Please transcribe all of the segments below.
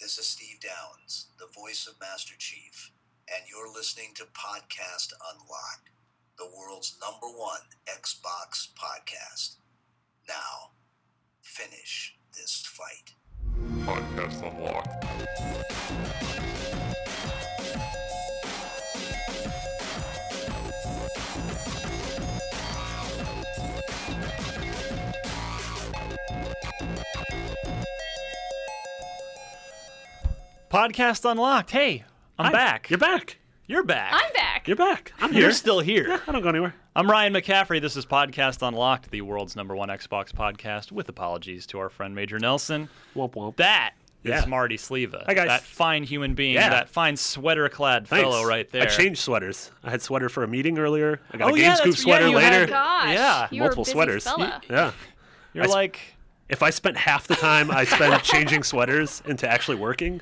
This is Steve Downs, the voice of Master Chief, and you're listening to Podcast Unlocked, the world's number one Xbox podcast. Now, finish this fight. Podcast Unlocked. Podcast Unlocked. Hey, I'm Hi. back. You're back. You're back. I'm back. You're back. I'm You're here. still here. Yeah, I don't go anywhere. I'm Ryan McCaffrey. This is Podcast Unlocked, the world's number one Xbox podcast, with apologies to our friend Major Nelson. Womp womp. That is Yeah. Marty Sleva. Hi, guys. That fine human being, Yeah. that fine sweater clad Thanks. fellow right there. I changed sweaters. I had sweater for a meeting earlier. I got Oh, a yeah, Game Scoop that's- yeah, sweater you had later. a Gosh, Yeah. you Multiple are a busy sweaters. Fella. Yeah. You're I sp- like, If I spent half the time I spend changing sweaters into actually working,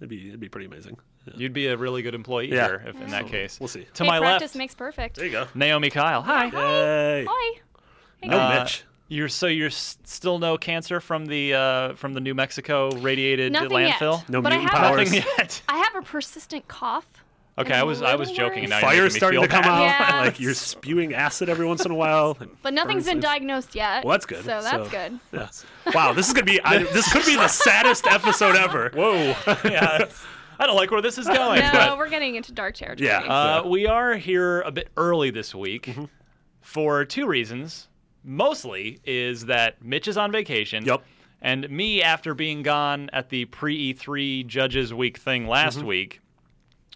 it'd be it'd be pretty amazing. you'd be a really good employee Yeah. here if, in that case. We'll see. To hey, my practice left, makes perfect. There you go. Naomi Kyle. Hi. Yay. Hi. No Uh, Mitch. You're so you're s- still no cancer from the uh, from the New Mexico radiated Nothing landfill. yet. No but I mutant have, powers. Nothing yet. I have a persistent cough. Okay, I'm I a was I was little joking. and Now worried. you're making Fire's me starting to feel come bad. out. Yeah. Like you're spewing acid every once in a while. But nothing's been Burns it. diagnosed yet. Well, that's good. So that's good. Yeah. Wow, this is gonna be I, this could be the saddest episode ever. Whoa. yeah, Oh, I don't like where this is going. No, we're getting into dark territory. Yeah. Mm-hmm. but, uh, we are here a bit early this week for two reasons. Mostly is that Mitch is on vacation. Yep. And me, after being gone at the pre E3 Judges Week thing last Mm-hmm. week,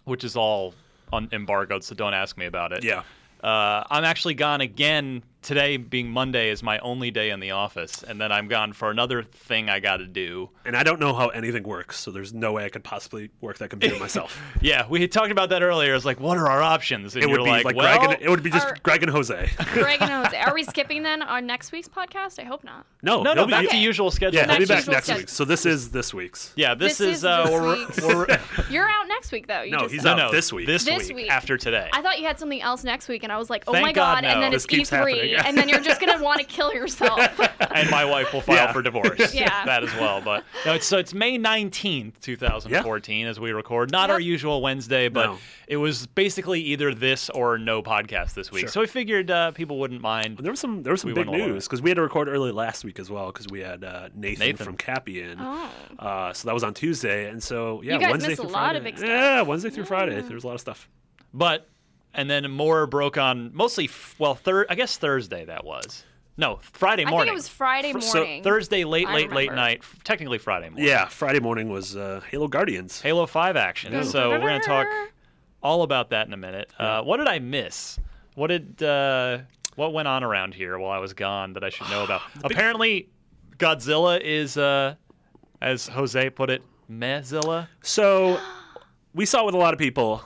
which is all un- embargoed, so don't ask me about it. Yeah. Uh, I'm actually gone again today, being Monday, is my only day in the office, and then I'm gone for another thing I got to do. And I don't know how anything works, so there's no way I could possibly work that computer myself. Yeah, we had talked about that earlier. It's like, what are our options? And it would you're be like, like well, Greg and, it would be just our- Greg and Jose. Greg and Jose. Are we skipping then on next week's podcast? I hope not. No, no, no, nobody- back to usual schedule. oh, Yeah, he'll be Next back usual next schedule. week. So this is this week's. Yeah, this, This is uh, this we're, week's- we're- You're out next week though. You No, just he's said. no, no, out. this week. this, This week. after today. I thought you had something else next week, and I was like, "Oh Thank my god!" God, and no. then This it's keeps happening. E3, and then you're just gonna want to kill yourself. and my wife will file Yeah. for divorce. Yeah. that as well. But no, it's, so it's May nineteenth, two thousand fourteen, as we record. Not our Yep. usual Wednesday, but No. it was basically either this or no podcast this week. Sure. So I figured uh, people wouldn't mind. And there was some there was some We big went all over. news because we had to record early last week as well because we had uh, Nathan, Nathan. from Cappy in. Oh. Uh, so that was on Tuesday, and so yeah, You guys Wednesday missed a through lot Friday. of big stuff. Yeah, Wednesday through Friday, there was a lot of stuff. But and then more broke on mostly f- well, thir- I guess Thursday that was. No, Friday I think morning. it was Friday Fr- so morning. Thursday late, I late, late remember. night. f- Technically Friday morning. Yeah, Friday morning was uh, Halo Guardians. Halo 5 action. So we're going to talk all about that in a minute. Uh, what did I miss? What did uh, what went on around here while I was gone that I should know about? Apparently, Godzilla is, uh, as Jose put it, mehzilla. So we saw it with a lot of people.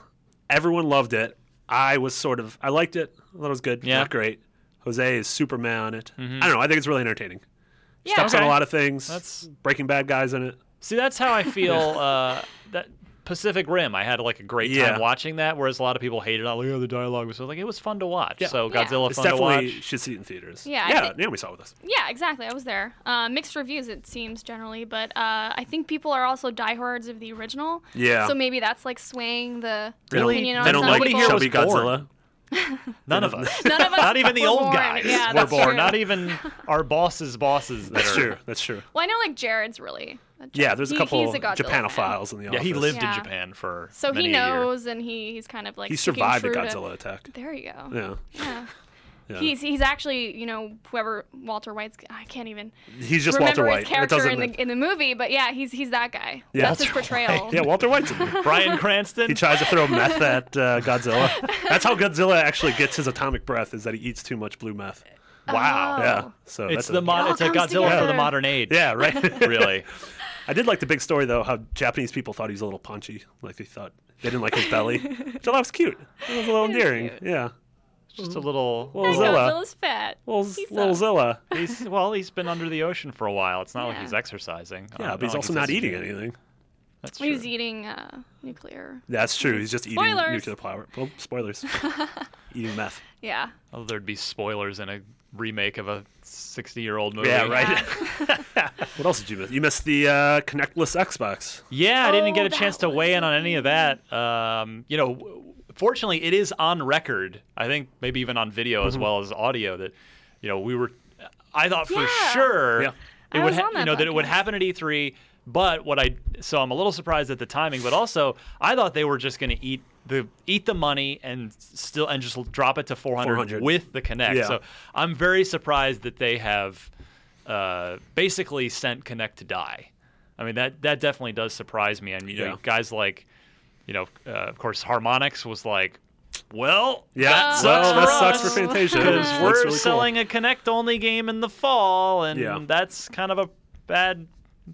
Everyone loved it. I was sort of I liked it. I thought it was good. Yeah. Mm-hmm. Not great. Jose is super meh on it. I don't know. I think it's really entertaining. Yeah. Steps on Okay. a lot of things. That's- Breaking Bad guys in it. See, that's how I feel. uh, that Pacific Rim, I had like a great time Yeah. watching that, whereas a lot of people hated. it. Like, oh, the dialogue was so like it was fun to watch. So Yeah. Godzilla, It's fun to definitely watch. should see it in theaters. Yeah, I yeah. think- Naomi saw it with us. Yeah, exactly. I was there. Uh, mixed reviews, it seems generally, but uh, I think people are also diehards of the original. Yeah. So maybe that's like swaying the They don't- opinion on they don't some like Nobody people. here chubby was born. Godzilla. None of us. None of us. Not even the were old born. guys Yeah, were that's born. true. Not e-, even our bosses' bosses. That That's are, true. That's true. Well, I know like Jared's really. Yeah, there's a He- couple he's a Godzilla Japanophiles in the Yeah, office. he lived Yeah. in Japan for So many he a year. knows, and he, he's kind of like He sticking survived the true to- Godzilla attack. There you go. Yeah. Yeah. Yeah. He's he's actually you know whoever Walter White's I can't even He's just remember Walter White. and his It character in doesn't. the in the movie, but yeah, he's he's that guy. Yeah. That's his Walter portrayal. yeah, Walter White's in it. Brian Cranston. He tries to throw meth at uh, Godzilla. That's how Godzilla actually gets his atomic breath is that he eats too much blue meth. wow. Oh. Yeah. So It's that's the a- mod. all It's a comes Godzilla for the together. modern age. Yeah, right. Really. I did like the big story though how Japanese people thought he was a little punchy, like they thought they didn't like his belly. Which I thought was cute. It was a little It is endearing. cute. Yeah. Just a Mm. little. Well, That Zilla. Godzilla's fat. Little, He's little up. Zilla. he's well. He's been under the ocean for a while. It's not like Yeah. he's exercising. Uh, Yeah, but he's like also not eating exercising. anything. That's He true. was eating uh, nuclear. That's true. He's just eating Spoilers. nuclear power. Oh, spoilers. eating meth. Yeah. Oh, there'd be spoilers in a remake of a 60 year old movie. Yeah, right. Yeah. What else did you miss? You missed the uh, connectless Xbox. Yeah, I didn't Oh, get a that chance to was weigh in on any of that. Um, you know, w- fortunately, it is on record. I think maybe even on video Mm-hmm. as well as audio that, you know, we were. I thought for Yeah. sure Yeah. it I would, was on you that know, that it would podcast. happen at E3. But what I so I'm a little surprised at the timing, but also I thought they were just going to eat the eat the money and still and just drop it to 400, 400. with the Connect. Yeah. So I'm very surprised that they have uh, basically sent Connect to die. I mean that that definitely does surprise me. And you Yeah. know, guys like you know, uh, of course, Harmonix was like, well, Yeah, that sucks well, for that us. sucks for Fantasia. Because That's Because we're really selling a Connect only game in the fall, and Yeah. that's kind of a bad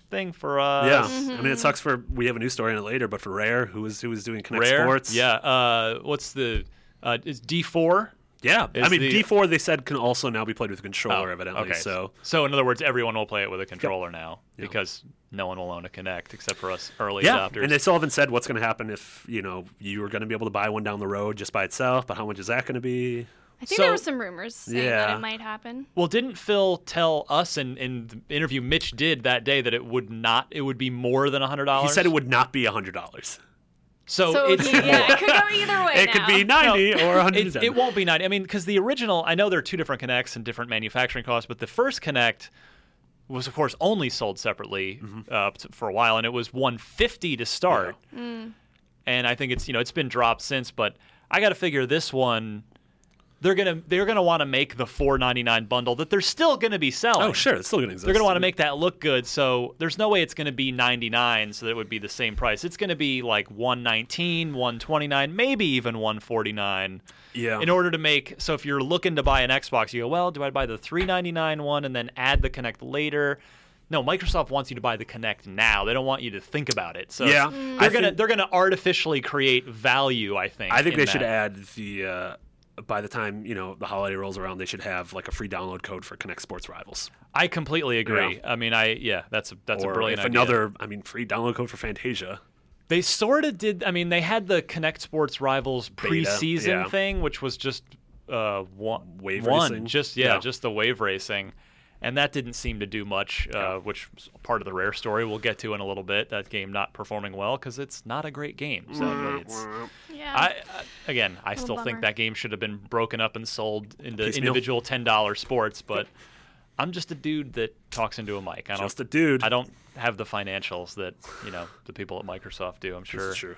thing for us. Cool. Yeah, Mm-hmm, I mean it sucks for we have a news story on it later, but for Rare, who was who was doing Connect Rare. Sports, Yeah. Uh, what's the? Uh, is D four? yeah. I Is mean the- D4 they said can also now be played with a controller, evidently. Oh, Okay. So in other words, everyone will play it with a controller now because no one will own a Connect except for us early yeah, adopters. and they still haven't said what's going to happen if you know you were going to be able to buy one down the road just by itself, but how much is that going to be? I think So- there were some rumors saying that Yeah. it might happen. Well, didn't Phil tell us in, in the interview Mitch did that day that it would not, it would be more than hundred He dollars? said it would not be hundred dollars. So, So it's yeah, more. it could go either way. It could be now. ninety or one hundred. It, it won't be nine. I mean, because the original, I know there are two different Connects and different manufacturing costs, but the first Connect was, of course, only sold separately Mm-hmm. uh, t- for a while, and it was 150 to start. Mm. And I think it's you know it's been dropped since, but I got to figure this one. They're gonna they're gonna want to make the 4.99 bundle that they're still gonna be selling. Oh, sure, it's still going to exist. They're going to want to make that look good, so there's no way it's going to be 99, so that it would be the same price. It's going to be like 119, 129, maybe even 149 yeah. in order to make. So if you're looking to buy an Xbox, you go, well, do I buy the 399 one and then add the Connect later? No, Microsoft wants you to buy the Connect now. They don't want you to think about it. So Yeah, I they're gonna think- they're gonna artificially create value. I think. I think in they should that. add the. Uh, by the time you know the holiday rolls around, they should have like a free download code for Connect Sports Rivals. I completely agree. I mean, I yeah, that's a that's or a brilliant if idea. another, I mean, free download code for Fantasia. They sort of did. I mean, they had the Connect Sports Rivals preseason yeah. thing, which was just uh, one, Wave one, racing? just yeah, Yeah. just the wave racing, and that didn't seem to do much. Uh, which was part of the rare story we'll get to in a little bit. That game not performing well because it's not a great game. Mm-hmm. Sadly. It's, Yeah. I, I again, I still think bummer. that game should have been broken up and sold into Piecemeal. individual ten dollar sports, but. I'm just a dude that talks into a mic. I don't, Just a dude. I don't have the financials that you know the people at Microsoft do. I'm This sure. is true.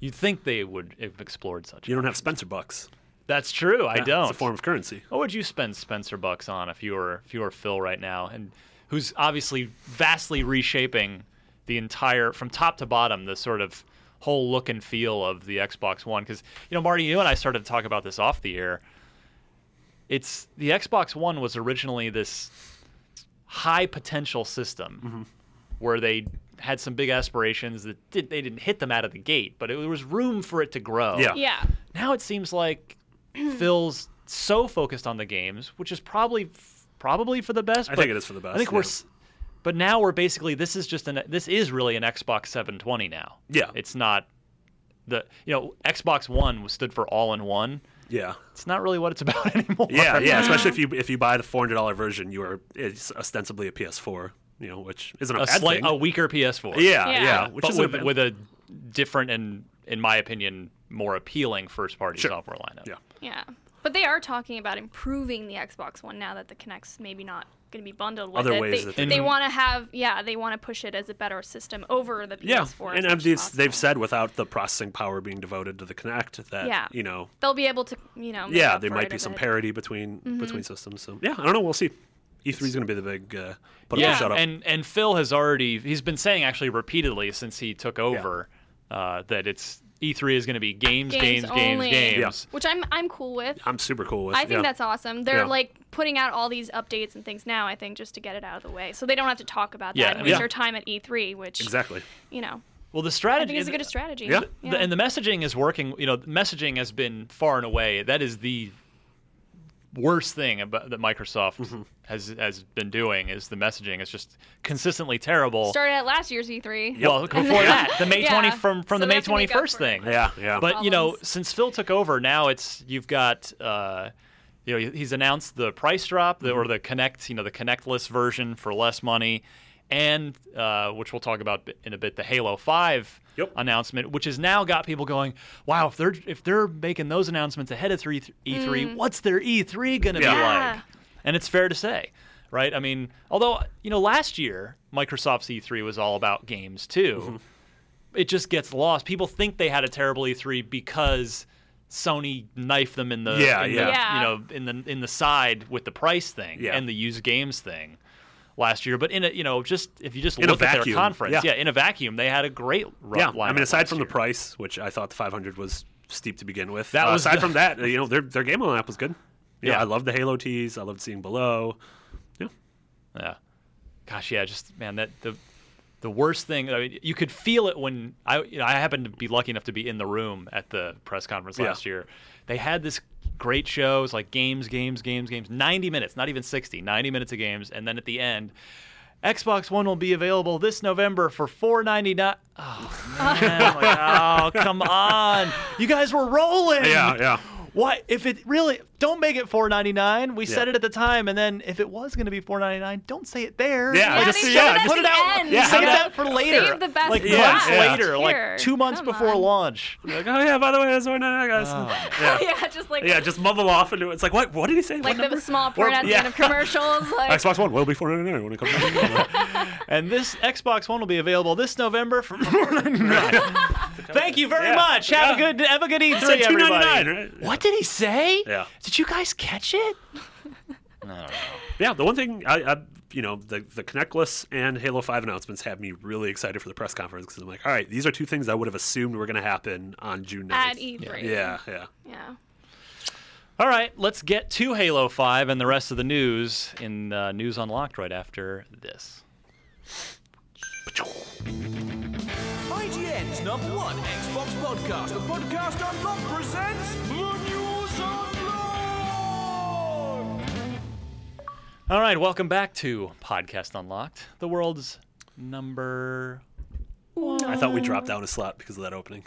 You'd think they would have explored such. You don't have Spencer bucks. That's true. I don't. It's a form of currency. what would you spend Spencer bucks on if you were if you were Phil right now, and who's obviously vastly reshaping the entire from top to bottom the sort of whole look and feel of the Xbox One? Because you know, Marty, you and I started to talk about this off the air. It's the Xbox One was originally this high potential system where they had some big aspirations that did, they didn't hit them out of the gate, but it, there was room for it to grow Yeah. yeah. now it seems like Phil's so focused on the games, which is probably probably for the best. I but think it is for the best, I think we're, yeah. s- but now we're basically this is just an this is really an Xbox 720 now. Yeah. it's not the you know Xbox One stood for all in one. Yeah, It's not really what it's about anymore. yeah, yeah. Especially if you if you buy the four hundred dollar version, you are it's ostensibly a PS4, you know, which isn't a, a bad slight thing. a weaker PS4. yeah, Yeah. yeah, which Which but is with, with a different and in my opinion more appealing first party Sure. software lineup. Yeah. Yeah. But they are talking about improving the Xbox One now that the Kinect's maybe not going to be bundled with Other it. ways they, that they they can- want to have, yeah, they want to push it as a better system over the PS4. yeah, as and much as MDs, they've possible. said without the processing power being devoted to the Kinect that Yeah. you know, they'll be able to, you know. make yeah, up there for might it Mm-hmm. be a some bit. parity between between systems. So yeah, I don't know. We'll see. E3 is going to be the big uh, put up or shut up. and and Phil has already he's been saying actually repeatedly since he took over uh, that it's E3 is going to be games, games, Games games, only. games. Yeah. Which I'm I'm cool with. I'm super cool with. I think yeah. that's awesome. They're Yeah. like putting out all these updates and things now. I think just to get it out of the way, so they don't have to talk about Yeah, that and yeah. waste their time at E3, which exactly. you know Well, the I strategy think is a good strategy. Yeah. the- and the messaging is working. You know, the messaging has been far and away that is the worst thing about, that Microsoft Mm-hmm. has has been doing is the messaging is just consistently terrible. started at last year's E E3. Well, before that, the May Yeah. 20 from from So the they May have to make up 21st for it. thing. Yeah, yeah. But you know, Problems. since Phil took over, now it's you've got uh, you know, he- he's announced the price drop the, or the Mm-hmm. connect, you know, the connectless version for less money, and uh, which we'll talk about bi- in a bit, the Halo Five Yep. announcement, which has now got people going, wow, if they're if they're making those announcements ahead of three E3, what's their E3 gonna be Yeah. like? And it's fair to say, right? I mean, although you know, last year Microsoft's E3 was all about games too Mm-hmm. it just gets lost. People think they had a terrible E3 because Sony knifed them in the Yeah, in yeah. the, Yeah. you know in the in the side with the price thing Yeah. and the used games thing last year. But in a you know just if you just In a look at their vacuum, conference, yeah. in a vacuum they had a great ru- yeah, lineup I mean, aside last from the year. price, which I thought the 500 was steep to begin with. That uh, was aside the- from that, you know, their their game lineup was good. Yeah, Yeah. I loved the Halo tees. I loved seeing Below. Yeah, Yeah. Gosh, yeah, just man, that the the worst thing. I mean, you could feel it when I you know, I happened to be lucky enough to be in the room at the press conference Yeah. last year. They had this great shows like games, games, games, games. 90 minutes, not even 60, 90 minutes of games, and then at the end. Xbox One will be available this November for four ninety nine. Oh man! I'm like, oh come on! You guys were rolling. yeah, yeah. What if it really don't make it 4.99? We said Yeah. it at the time, and then if it was going to be 4.99, don't say it there. Yeah, Like, just- Daddy, yeah, shove it at just- put it the out. End. yeah, save how that for later. Save the best like for Yeah. months last. later, Here, like two months come before on. launch. You're like, oh yeah. By the way, I was one I guys. yeah. yeah, just like yeah, just mumble off into it. It's like, what? What did he say? like What the number? small print at the yeah. end of commercials. Like, Xbox One will be 499 when it comes. out. And this Xbox One will be available this November for 4.99. Thank you very Yeah. much. Have Yeah. a good have a good E3, said 2.99, everybody. right? What did he say? Yeah. Did you guys catch it? yeah, the one thing I, I you know, the the Connectless and Halo Five announcements have me really excited for the press conference because I'm like, all right, these are two things I would have assumed were going to happen on June 9th. at E E3. Yeah, yeah. Yeah. All right, let's get to Halo 5 and the rest of the news in uh, News Unlocked right after this. IGN's number one Xbox podcast, the podcast unlocked presents the news unlocked. All right, welcome back to Podcast Unlocked, the world's number. I thought we dropped down a slot because of that opening.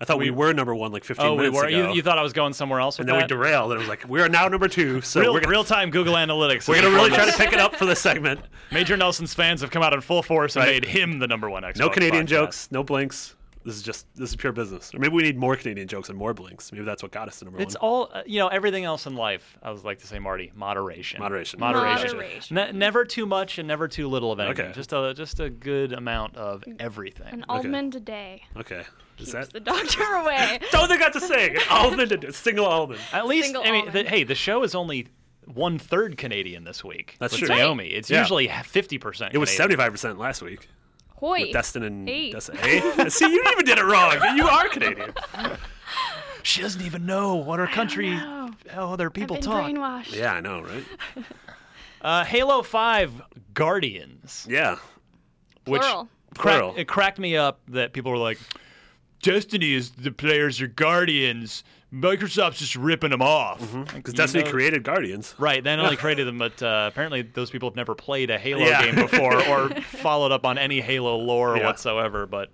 I thought we, were number one like 15 Oh, we minutes were. ago. You, you thought I was going somewhere else with and then we that? derailed, and it was like, we are now number two, so real, we're gonna, time Google Analytics. we're is gonna really try to informing pick it up for this segment. us. Major Nelson's fans have come out in full force and Right. made him the number one expert. No Canadian jokes, no blinks. This is just this is pure business. Or maybe we need more Canadian jokes and more blinks. Maybe that's what got us to number It's one. all uh, you know. Everything else in life, I was like to say, Marty, moderation, Moderation. moderation, Moderation. Ne- never too much and never too little of anything. Okay. Just a just a good amount of everything. An almond a day okay, is keeps that? the doctor away. That's all they got to sing. An almond, and- a single almond. At least, Single I mean, the, almond. hey, the show is only one third Canadian this week. That's with true. That's right. Naomi, it's Yeah. usually fifty percent. It was seventy-five percent last week. Hoy. With Destin and Hey. Destin. Hey? See, you even did it wrong. You are Canadian. She doesn't even know what her country, know. how other I've people been talk. brainwashed. Yeah, I know, right? Uh, Halo Five Guardians, Yeah. which Plural. cracked- Plural. it cracked me up that people were like, "Destiny is the players, your guardians. Microsoft's just ripping them off." Because Destiny know- created Guardians. Right, then only created them, but uh, apparently those people have never played a Halo Yeah. game before or followed up on any Halo lore Yeah. whatsoever. But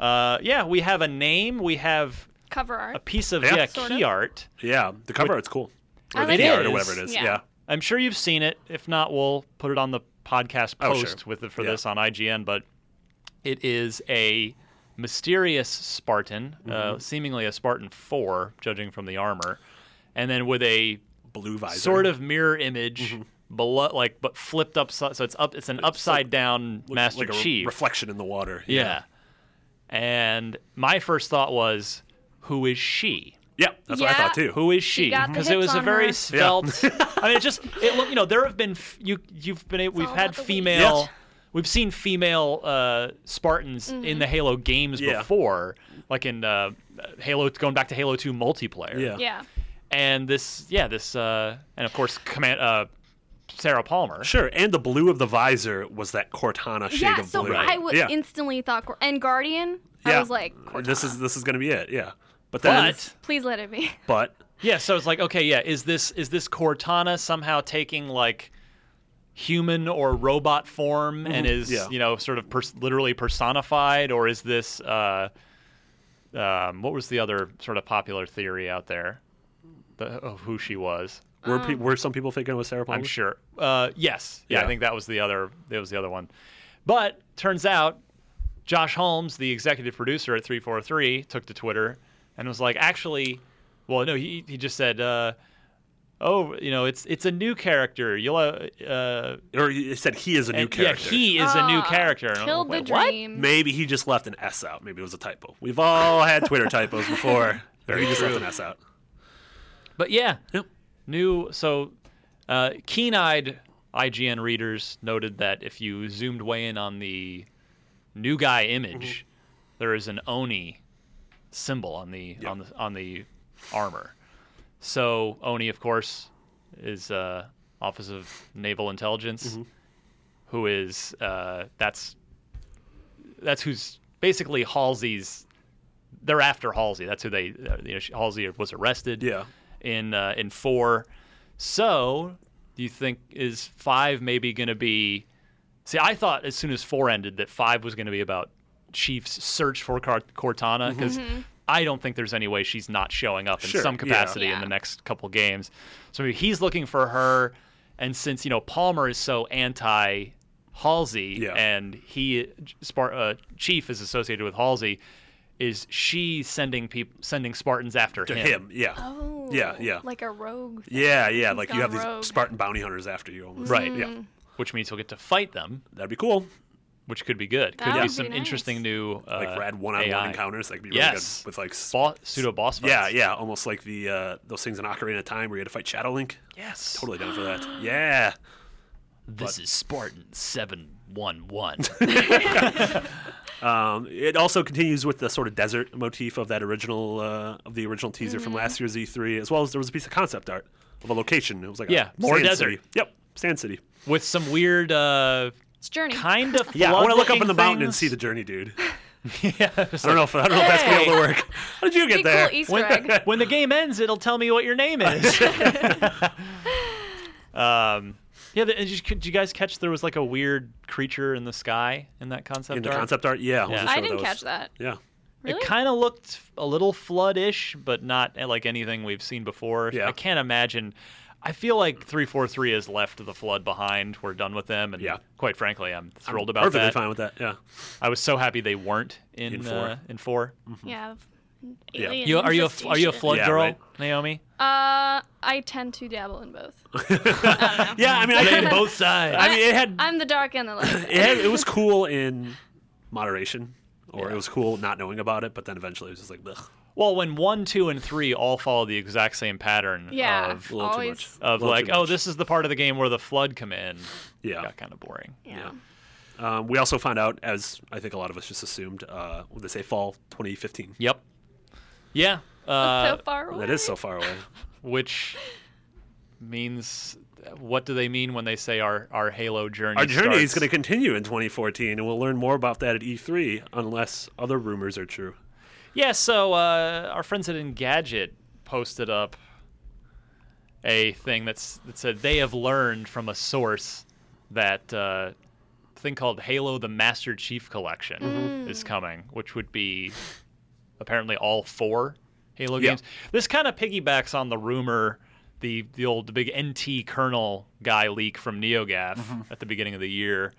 uh, yeah, we have a name, we have Cover a art. piece of Yeah. yeah, Sort key of. art. Yeah, the cover art's cool. Or I the like key it. art or whatever it is. Yeah. Yeah. I'm sure you've seen it. If not, we'll put it on the podcast Oh, sure. post with it for Yeah. this on IGN. But it is a mysterious Spartan, uh, Mm-hmm. seemingly a Spartan Four, judging from the armor, and then with a Blue visor. sort of mirror image below like but flipped upside so it's up it's an upside down Looks master Mm-hmm. like a re- chief reflection in the water. yeah. and my first thought was who is she Yeah, that's what I Yeah. thought too. who is she got the it hits was a on very her. svelte i mean it just it look you know there have been f- you you've been a- we've all had about the weight. female We've seen female uh, Spartans Mm-hmm. in the Halo games Yeah. before, like in uh, Halo, going back to Halo 2 multiplayer Yeah. Yeah. and this yeah this uh and of course command uh sarah palmer Sure, and the blue of the visor was that Cortana shade Yeah. of So blue. I would yeah. instantly thought, Gor- and Guardian. yeah. I was like, this is this is gonna be it. Yeah, but then but please let it be. but, yeah so it's like okay yeah is this is this cortana somehow taking like human or robot form and is yeah. you know sort of pers- literally personified or is this uh um, what was the other sort of popular theory out there the, of who she was. Were, pe- Um. were some people thinking it was Sarah Palmer? I'm sure. Uh, yes, yeah, Yeah. I think that was the other. That was the other one. But turns out, Josh Holmes, the executive producer at 343, took to Twitter and was like, actually, well, no, he he just said, uh, oh, you know, it's it's a new character. You'll uh, uh, Or he said he is a new and- character. Yeah, he is a new Ah, character. And I'm Killed like, the "What?" dream. Maybe he just left an S out. Maybe it was a typo. We've all had Twitter typos before. Maybe he just left an S out. But yeah, Yep. new. So, uh, keen-eyed IGN readers noted that if you zoomed way in on the new guy image, there is an Oni symbol on the on the on the armor. So Oni, of course, is uh, Office of Naval Intelligence, who is uh, that's that's who's basically Halsey's. They're after Halsey. That's who they. uh, You know, she- Halsey was arrested Yeah. in uh, in four. So, do you think is five maybe going to be? See, I thought as soon as four ended that five was going to be about Chief's search for Car- Cortana because I don't think there's any way she's not showing up in Mm-hmm. Sure, some yeah. capacity in Yeah. the next couple games. So maybe he's looking for her, and since you know Palmer is so anti Halsey Yeah. and he Spar- uh, Chief is associated with Halsey. Is she sending people sending Spartans after To him? him. Yeah. Oh. Yeah, yeah. Like a rogue. thing. Yeah, yeah. Like you gone have rogue. Mm. these Spartan bounty hunters after you almost. Right. Yeah. which means he'll get to fight them, That'd be cool. which could be good. Could That be would some be nice. interesting new uh, Like rad one on AI. one encounters. That could be really Yes. good with like s- Bo- pseudo boss fights. Yeah, yeah. Almost like the uh, those things in Ocarina of Time where you had to fight Shadow Link. yes. Totally down for that. Yeah. This is Spartan seven one one. Um, it also continues with the sort of desert motif of that original uh, of the original teaser Mm-hmm. from last year's E3, as well as there was a piece of concept art of a location. It was like a Yeah, more sand desert. city. Yep, Sand City. With some weird uh, It's Journey. kind of. Yeah, I want to look up in the flood-looking mountain and see things. the journey, dude. yeah, it's I don't know if I don't know if that's gonna be able to work. How did you get Pretty there? cool Easter like, egg. when, when the game ends, it'll tell me what your name is. um, yeah, the, did, you, did you guys catch there was like a weird creature in the sky in that concept? in the art? concept art, yeah. Yeah. I didn't catch that. Yeah. Really? It kind of looked a little flood-ish, but not eh, like anything we've seen before. Yeah. I can't imagine. I feel like 343 has left the flood behind. We're done with them, and Yeah. quite frankly, I'm thrilled I'm about Perfectly that. fine with that. Yeah. I was so happy they weren't in In in four. four. Uh, in four. Yeah. Yeah. Alien You, are you a, are you a infestation. flood Yeah, girl, right. Naomi? Uh, I tend to dabble in both. Yeah, I mean, I Played kind both sides. I mean, it had I'm the dark and the light. it, had, it was cool in moderation, or it was cool not knowing about it, but then eventually it was just like, Bleh. well, when one, two, and three all follow the exact same pattern Yeah. of a little Always. too much. of Little like, too oh, much. this is the part of the game where the flood come in. Yeah. got kind of boring. Yeah. Um, we also found out, as I think a lot of us just assumed, uh, what they say, fall 2015. Yep. Yeah. Uh, so far away. That is so far away. which means what do they mean when they say our, our Halo journey? Our journey is starts? going to continue in 2014, and we'll learn more about that at E3, unless other rumors are true. Yeah, so uh, our friends at Engadget posted up a thing that's that said they have learned from a source that uh, thing called Halo: The Master Chief Collection is coming, which would be apparently all four Halo Yeah. games. This kind of piggybacks on the rumor, the the old the big NT kernel guy leak from NeoGAF at the beginning of the year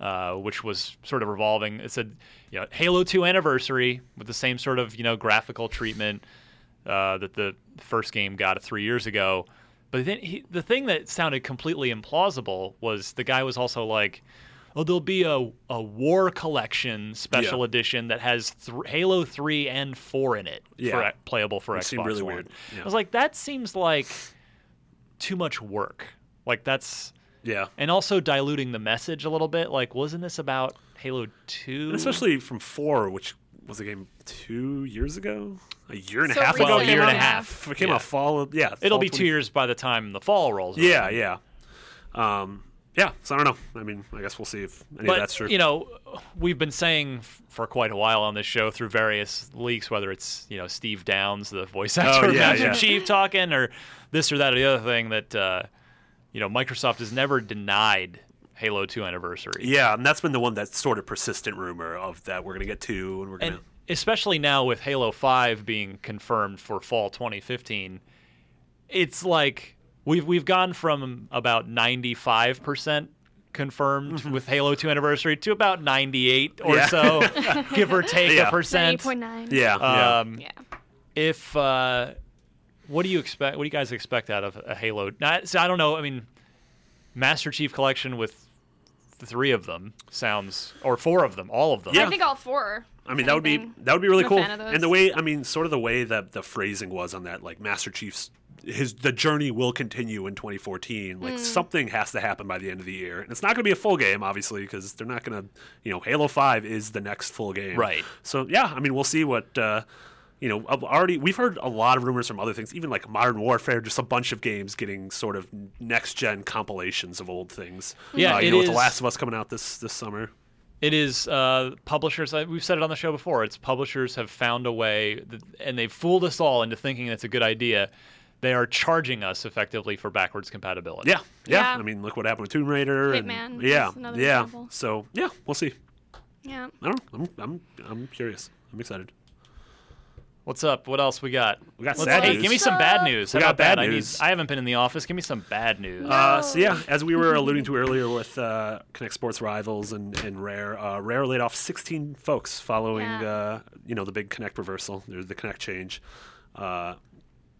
uh, which was sort of revolving. It said, you know, Halo 2 anniversary with the same sort of you know graphical treatment uh, that the first game got three years ago. But then he, the thing that sounded completely implausible was the guy was also like, "Oh, there'll be a a War Collection special Yeah. edition that has th- Halo 3 and 4 in it, Yeah. for, e-, playable for It Xbox seemed really One." weird. Yeah. I was like, that seems like too much work. Like that's Yeah. and also diluting the message a little bit. Like, wasn't this about Halo Two? And especially from 4, which was a game two years ago? A year and So a half ago? well, a recent, year and a yeah. half. It came Yeah. out fall of, yeah. It'll fall be 20 two years by the time the fall rolls. around. Yeah, yeah. Um, yeah, so I don't know. I mean, I guess we'll see if any but of that's true. you know, we've been saying f- for quite a while on this show through various leaks, whether it's you know Steve Downs, the voice actor, of Oh, yeah, Master yeah. Chief, talking, or this or that or the other thing that uh, you know Microsoft has never denied Halo Two anniversary. yeah, and that's been the one that's sort of persistent rumor of that we're going to get two and we're going And to. especially now with Halo 5 being confirmed for fall 2015, it's like we've we've gone from about 95% confirmed with Halo 2 anniversary to about 98 or Mm-hmm. Yeah. so give or take Yeah. a percent. 98.9. Yeah. yeah. Um, Yeah. if uh, what do you expect? What do you guys expect out of a Halo? Not, so I don't know. I mean, Master Chief Collection with th- three of them sounds, or four of them, all of them. Yeah. I think all four. I mean, that would be Anything. that would be really I'm a cool. fan of those. And the way, I mean, sort of the way that the phrasing was on that, like Master Chief's his the journey will continue in 2014. Hmm. Like something has to happen by the end of the year, and it's not going to be a full game, obviously, because they're not going to, you know, Halo Five is the next full game, Right. So yeah, I mean, we'll see what. Uh, you know, I've already we've heard a lot of rumors from other things, even like Modern Warfare, just a bunch of games getting sort of next gen compilations of old things. Yeah, uh, you it know, with The is- Last of Us coming out this this summer. It is uh, publishers. I- We've said it on the show before. It's publishers have found a way, th- and they've fooled us all into thinking that's a good idea. They are charging us effectively for backwards compatibility. Yeah, yeah. Yeah. I mean, look what happened with Tomb Raider. and- Hitman yeah, is another yeah. example. So yeah, we'll see. Yeah. I don't. know. I'm, I'm, I'm curious. I'm excited. What's up? What else we got? We got Let's- sad hey, news. give me some bad news. We How got about that? bad I need- news. I haven't been in the office. Give me some bad news. Uh, so yeah, as we were alluding to earlier with uh, Connect Sports Rivals and, and Rare, uh, Rare laid off 16 folks following Yeah. uh, you know the big Connect reversal, there's the Connect change. Uh,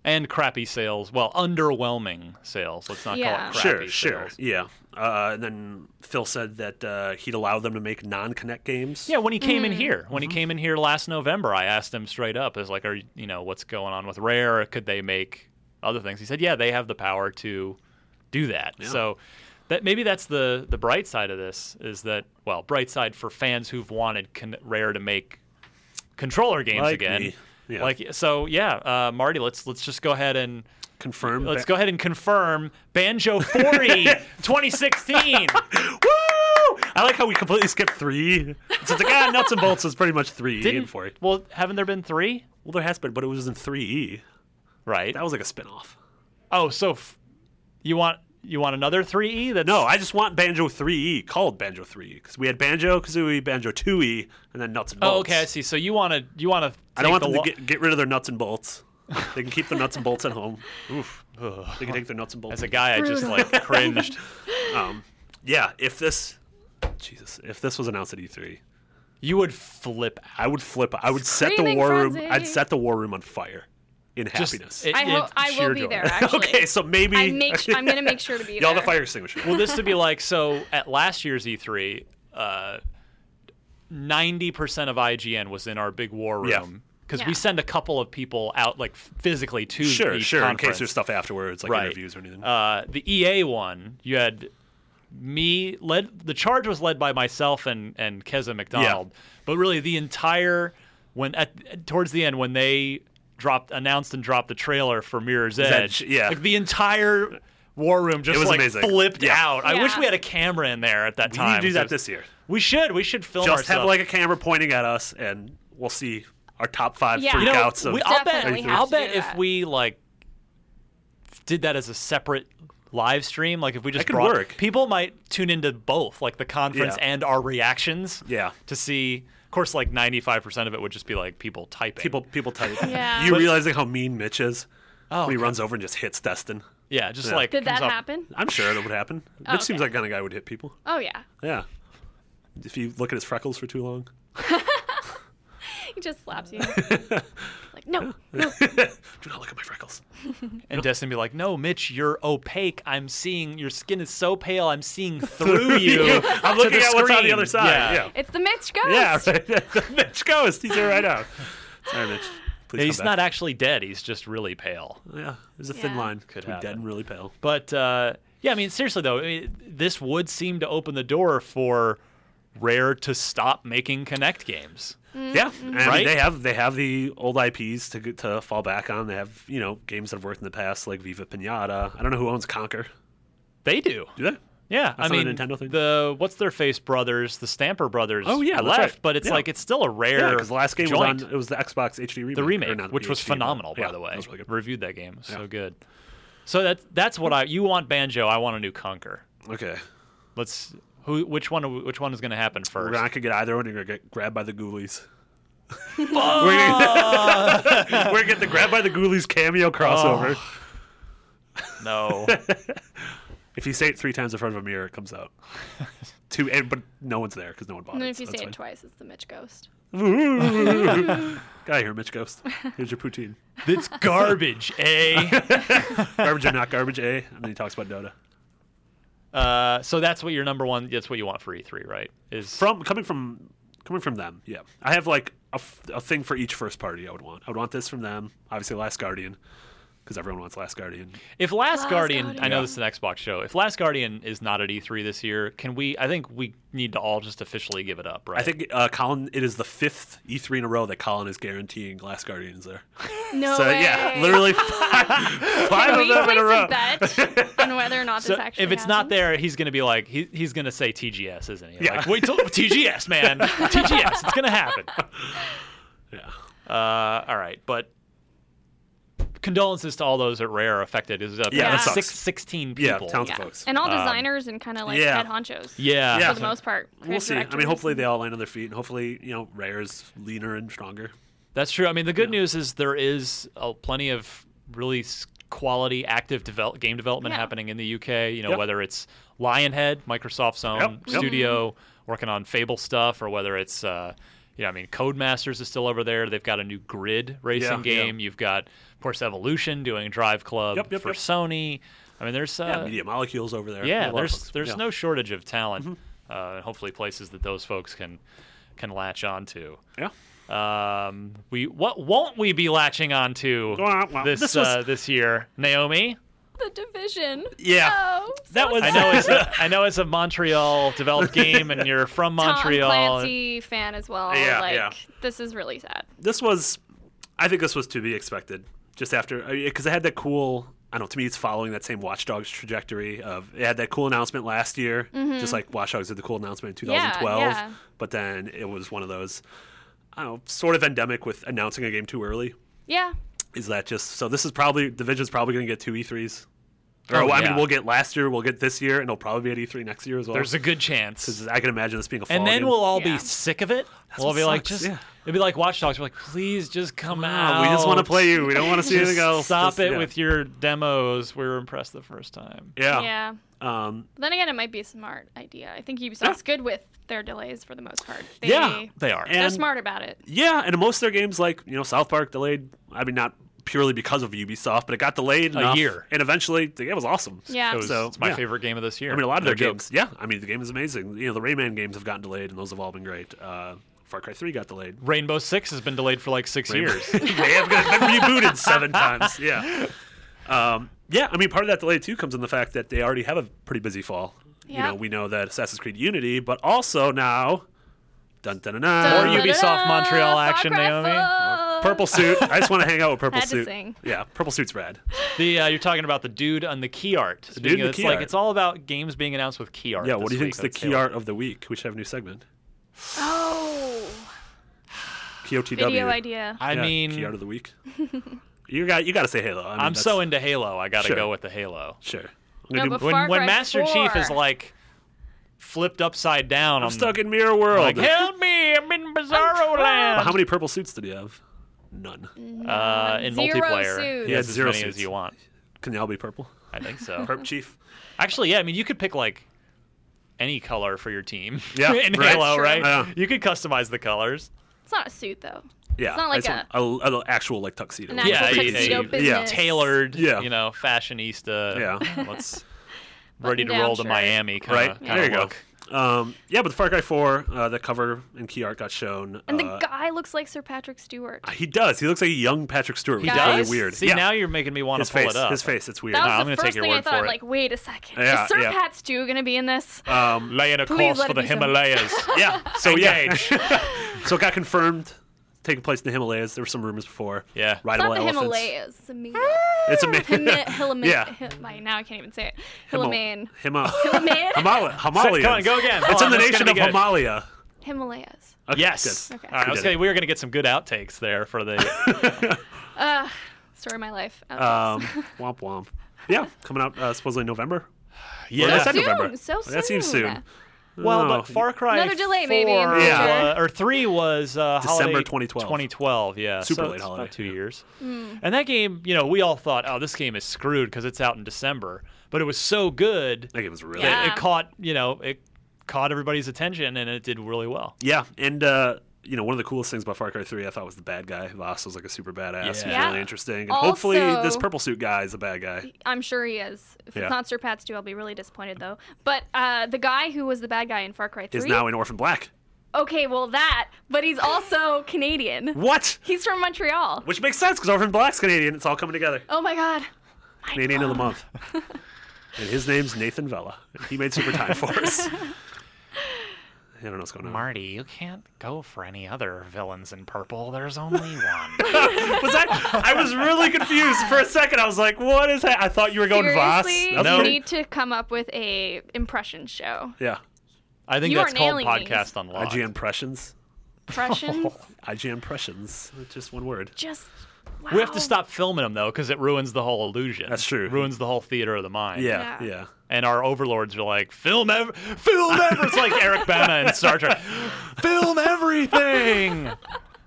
and crappy sales. Well, underwhelming sales. Let's not call Yeah. it sure, crappy sure, sales. yeah. Uh, and then Phil said that uh, he'd allow them to make non-Connect games. Yeah, when he came in here, when he came in here last November, I asked him straight up, "Is like, are you you know what's going on with Rare? Could they make other things?" He said, "Yeah, they have the power to do that." So that maybe that's the the bright side of this is that well, bright side for fans who've wanted con- Rare to make controller games Like again. me. Yeah. Like so, yeah, uh, Marty. Let's let's just go ahead and confirmed. let's go ahead and confirm Banjo Forty 2016. Woo! I like how we completely skipped three. So it's like, ah, nuts and bolts is pretty much 3 and Didn't 4 well, haven't there been three? Well, there has been, but it was in 3E. Right. That was like a spinoff. Oh, so f- you want you want another 3E? That's No, I just want Banjo 3E called Banjo 3E because we had Banjo Kazooie, Banjo 2E, and then Nuts and Bolts. Oh, okay, I see. So you want to you want to I don't want them to get, get rid of their nuts and bolts. They can keep their nuts and bolts at home. Oof. They can take their nuts and bolts. As a guy, I just like cringed. Um, yeah, if this, Jesus, if this was announced at E E3, You would flip out. I would flip. I would set the Screaming war room. frenzy. I'd set the war room on fire in Just- happiness. it- I, it- ho- I will sheer be joy. there, actually. Okay, so maybe I make sh- I'm going to make sure to be y'all there. the fire extinguisher. Well, this to be like so at last year's E3, ninety percent of IGN was in our big war Yeah. room because Yeah. we send a couple of people out like physically to sure, each sure. In case conference. there's stuff afterwards, like Right. interviews or anything. uh, the EA one, you had me led. The charge was led by myself and and Keza McDonald, but really the entire when at towards the end when they dropped announced and dropped the trailer for Mirror's Edge, Edge, yeah. like the entire war room just was like amazing. flipped Yeah. out. I wish Yeah. we had a camera in there at that we time. need to do so that it's- this year. We should. We should film Just have ourselves. like a camera pointing at us, and we'll see our top five Yeah. freakouts. You know, of, we- I'll bet. Definitely have I'll to bet do if that. we like did that as a separate live stream, like if we just could brought work. people might tune into both, like the conference Yeah. and our reactions. Yeah. To see, of course, like ninety five percent of it would just be like people typing. people people type. Yeah. You realizing how mean Mitch is? Oh, when he okay. runs over and just hits Destin. Yeah. Just Yeah. like Did comes that up- happen? I'm sure that would happen. Mitch seems Oh, okay. like the kind of guy who would hit people. Oh, yeah. Yeah. If you look at his freckles for too long, He just slaps you. like, no. no. do not look at my freckles. And Destin be like, "No, Mitch, you're opaque. I'm seeing your skin is so pale. I'm seeing through you. I'm to looking at what's on the screen." other side. Yeah. yeah. It's the Mitch Ghost. Yeah, right. Mitch Ghost. He's here right now. Sorry, Mitch. Please He's come not back. actually dead. He's just really pale. yeah, there's a thin Yeah. line. Could Could be dead happen. and really pale. But uh, yeah, I mean, seriously though, I mean, this would seem to open the door for Rare to stop making Connect games. Yeah, I mean, Right? they have they have the old IPs to get- to fall back on. They have you know games that have worked in the past like Viva Pinata. I don't know who owns Conquer. They do. Do they? Yeah, I not a mean, Nintendo thing? the what's their face brothers, the Stamper brothers. Oh, yeah, that's left, right. but it's Yeah. like it's still a Yeah, rare. because the last game joint. was on it was the Xbox HD remake, the or remake, not the which was PhD, but- phenomenal, by yeah, the way. That was really good. Reviewed that game, so good. So that's that's what I you want Banjo, I want a new Conquer. Okay, Let's who which one which one is going to happen we're first? not gonna get either one. You're gonna get grabbed by the Ghoulies. Oh. we're, gonna, we're gonna get the grabbed by the Ghoulies cameo crossover. No. If you say it three times in front of a mirror, it comes out. Two, and, but no one's there because no one bothered. And then if you so say it that's twice, it's the Mitch ghost. fine. Get out of here, Mitch Ghost. Here's your poutine. it's garbage, eh? Garbage or not garbage, eh? And then he talks about Dota. Uh, so that's what your number one. That's what you want for E3, right? Is From coming from coming from them, yeah. I have like a, f- a thing for each first party. I would want. I would want this from them. Obviously, Last Guardian, because everyone wants Last Guardian. if Last, Last Guardian, I know Guardian. this is an Xbox show. If Last Guardian is not at E3 this year, can we? I think we need to all just officially give it up, right? I think uh, Colin. It is the fifth E3 in a row that Colin is guaranteeing Last Guardian is there. No so way. yeah, literally five, five Can of we them place in a row. a bet on whether or not So this actually if it's not happened? there, he's gonna be like he, he's gonna say TGS, isn't he? Yeah. Like, wait till TGS, man. TGS, it's gonna happen. Yeah. Uh, all right, but condolences to all those at Rare affected. Is Yeah, that six, sucks. 16 Yeah, people. towns- yeah. folks. Um, And all designers and kind of like yeah. head honchos. yeah. Yeah. For the most part. We'll creative see. I mean, directors. hopefully they all land on their feet, and hopefully you know Rare's leaner and stronger. That's true. I mean, the good news is there is uh, plenty of really s- quality active develop, game development Yeah. happening in the UK. You know, Yep. whether it's Lionhead, Microsoft's own Yep, yep. studio, working on Fable stuff, or whether it's uh, you know, I mean, Codemasters is still over there. They've got a new grid Yeah, racing yeah. game. You've got, of course, Evolution doing Drive Club Yep, yep, for yep. Sony. I mean, there's uh, Yeah, Media Molecules over there. yeah, A lot of there's folks. there's Yeah. Mm-hmm. no shortage of talent, uh, and hopefully places that those folks can can latch onto. Yeah. Um, we what won't we be latching onto Wah, wah. this This was- uh, this year, Naomi? The division. Yeah. Oh, so That was- I know it's a, I know it's a Montreal developed game, and you're from Tom Montreal. Clancy fan as well. Yeah, like yeah. this is really sad. This was, I think this was to be expected. Just after, because it had that cool. I don't know. To me, it's following that same Watchdogs trajectory of it had that cool announcement last year, just like Watchdogs did the cool announcement in Mm-hmm. Yeah, 2012. yeah. But then it was one of those, I don't know, sort of endemic with announcing a game too early. Yeah. Is that just so? This is probably Division's probably going to get two E3s. Or Oh, I yeah. mean, we'll get last year, we'll get this year, and it'll probably be at E3 next year as well. There's a good chance. This is- I can imagine this being a fall And then game. we'll all Yeah. be sick of it. we'll all what be like, sucks, just yeah. it'll be like Watch Dogs. We're like, please just come Ah, out. we just want to play you. We don't want to see Just anything else. Stop Just- it yeah. with your demos. We were impressed the first time. yeah. Yeah. Um, Then again, it might be a smart idea. I think Ubisoft's good with their delays for the most part. They, yeah, They are. They're And- smart about it. yeah, and in most of their games, like you know, South Park delayed. I mean, not purely because of Ubisoft, but it got delayed A enough, year. and eventually the game was awesome. Yeah. It was- So, it's my yeah. favorite game of this year. I mean, a lot of No their joke. games. Yeah, I mean, the game is amazing. You know, the Rayman games have gotten delayed, and those have all been great. Uh, Far Cry Three got delayed. Rainbow Six has been delayed for like six years. they have got been rebooted seven times. Yeah. Um, yeah, I mean, part of that delay too comes in the fact that they already have a pretty busy fall. You Yeah. know, we know that Assassin's Creed Unity, but also now, dun dun dun, dun More Dun, dun, Ubisoft dun, Montreal Far action, Cry Naomi. four. purple suit. I just want to hang out with purple Had to suit. sing. Yeah, purple suit's rad. the uh, you're talking about the dude on the key art. Speaking dude in of- the it's key like art. it's all about games being announced with key art. Yeah, what this do you think's week. the That's key Taylor. art of the week? We should have a new segment. Oh, KOTW. video idea. I Yeah, mean, key art of the week. you got you got to say Halo. I mean, I'm that's- so into Halo. I got to Sure. go with the Halo. sure. I'm No, gonna but do, Far When when Cry Master Chief is 4. like flipped upside down, I'm on- stuck in Mirror World. Um, Like, help me! I'm in Bizarro But how Land. many purple suits did he have? None. Uh, in Zero multiplayer, suits. he Yeah, has as zero many suits. as you want. Can they all be purple? I think Mm. so. Perp Chief. Actually, yeah. I mean, you could pick like any color for your team. Yeah, in right. Halo, Sure. right? Yeah. You could customize the colors. It's not a suit though. Yeah, It's not like I just want a, a, a actual like tuxedo. An Like, actual Yeah, a- tuxedo a- business. yeah. tailored, Yeah. you know, fashionista. Yeah. Let's ready to Button-down roll to shirt. Miami kind right of there you go. Um, yeah, but Far Cry 4, uh, the cover and key art got shown. And the uh, guy looks like Sir Patrick Stewart. he does. He looks like a young Patrick Stewart. He which is does? Really weird. See, yeah. now you're making me want his to pull face, it up. his face. It's weird. That was Nah, I'm gonna the first take your thing I word thought. for I'm it. like, wait a second. Yeah, is Sir yeah. Pat Stew gonna be in this? Um, Laying a Please course let for it the be so. Himalayas. yeah. So yeah. so it got confirmed. Taking place in the Himalayas. There were some rumors before. Yeah. it's Rideable not the elephants. Himalayas. It's a me- It's amazing. Hima- Hilama- Yeah. Hi- now I can't even say it. Himal- Himalayas. Hima. Himalayas. Himala- So, Himalayas. come on, go again. It's Hold in the on, nation gonna of be good. Himalaya. Himalayas. Okay, Yes. good. Okay. All right, We I was did gonna- we were going to get some good outtakes there for the. Ugh, story of my life. Um, Outlaws. womp womp. Yeah, coming out uh, supposedly November. yeah. Well, they said Soon, November. so That seems soon. soon. Well, No. but Far Cry Another delay, maybe, in four, the uh, future. or three was uh, December holiday 2012. 2012, yeah, Super so late it's holiday, about two yeah. Mm. years. And that game, you know, we all thought, oh, this game is screwed because it's out in December, but it was so good That game was really Yeah. that it caught, you know, it caught everybody's attention and it did really well. Yeah, and uh, you know, one of the coolest things about Far Cry Three, I thought was the bad guy. Voss was like a super badass. He was Yeah. really interesting, and Also- hopefully this purple suit guy is a bad guy. I'm sure he is. If Yeah. it's not Sir Pat's due, I'll be really disappointed though. But uh, the guy who was the bad guy in Far Cry 3. Is now in Orphan Black. okay, well that, but he's also Canadian. What? He's from Montreal. Which makes sense because Orphan Black's Canadian. It's all coming together. Oh my god. Canadian of the month. and his name's Nathan Vella. And He made super time for us. I don't know what's going on. Marty, you can't go for any other villains in purple. There's only one. Was that? I was really confused for a second. I was like, "What is that?" I thought you were going Voss. Seriously, That's No. you pretty- need to come up with a impression show. Yeah. I think You that's are called nailing these. Podcast Unlocked. IG impressions. Impressions? IG impressions. Just one word. Just wow. We have to stop filming them though, because it ruins the whole illusion. That's true. Ruins the whole theater of the mind. Yeah. Yeah. Yeah. And our overlords are like, film ev, film ever. It's like Eric Bana in Star Trek, film everything.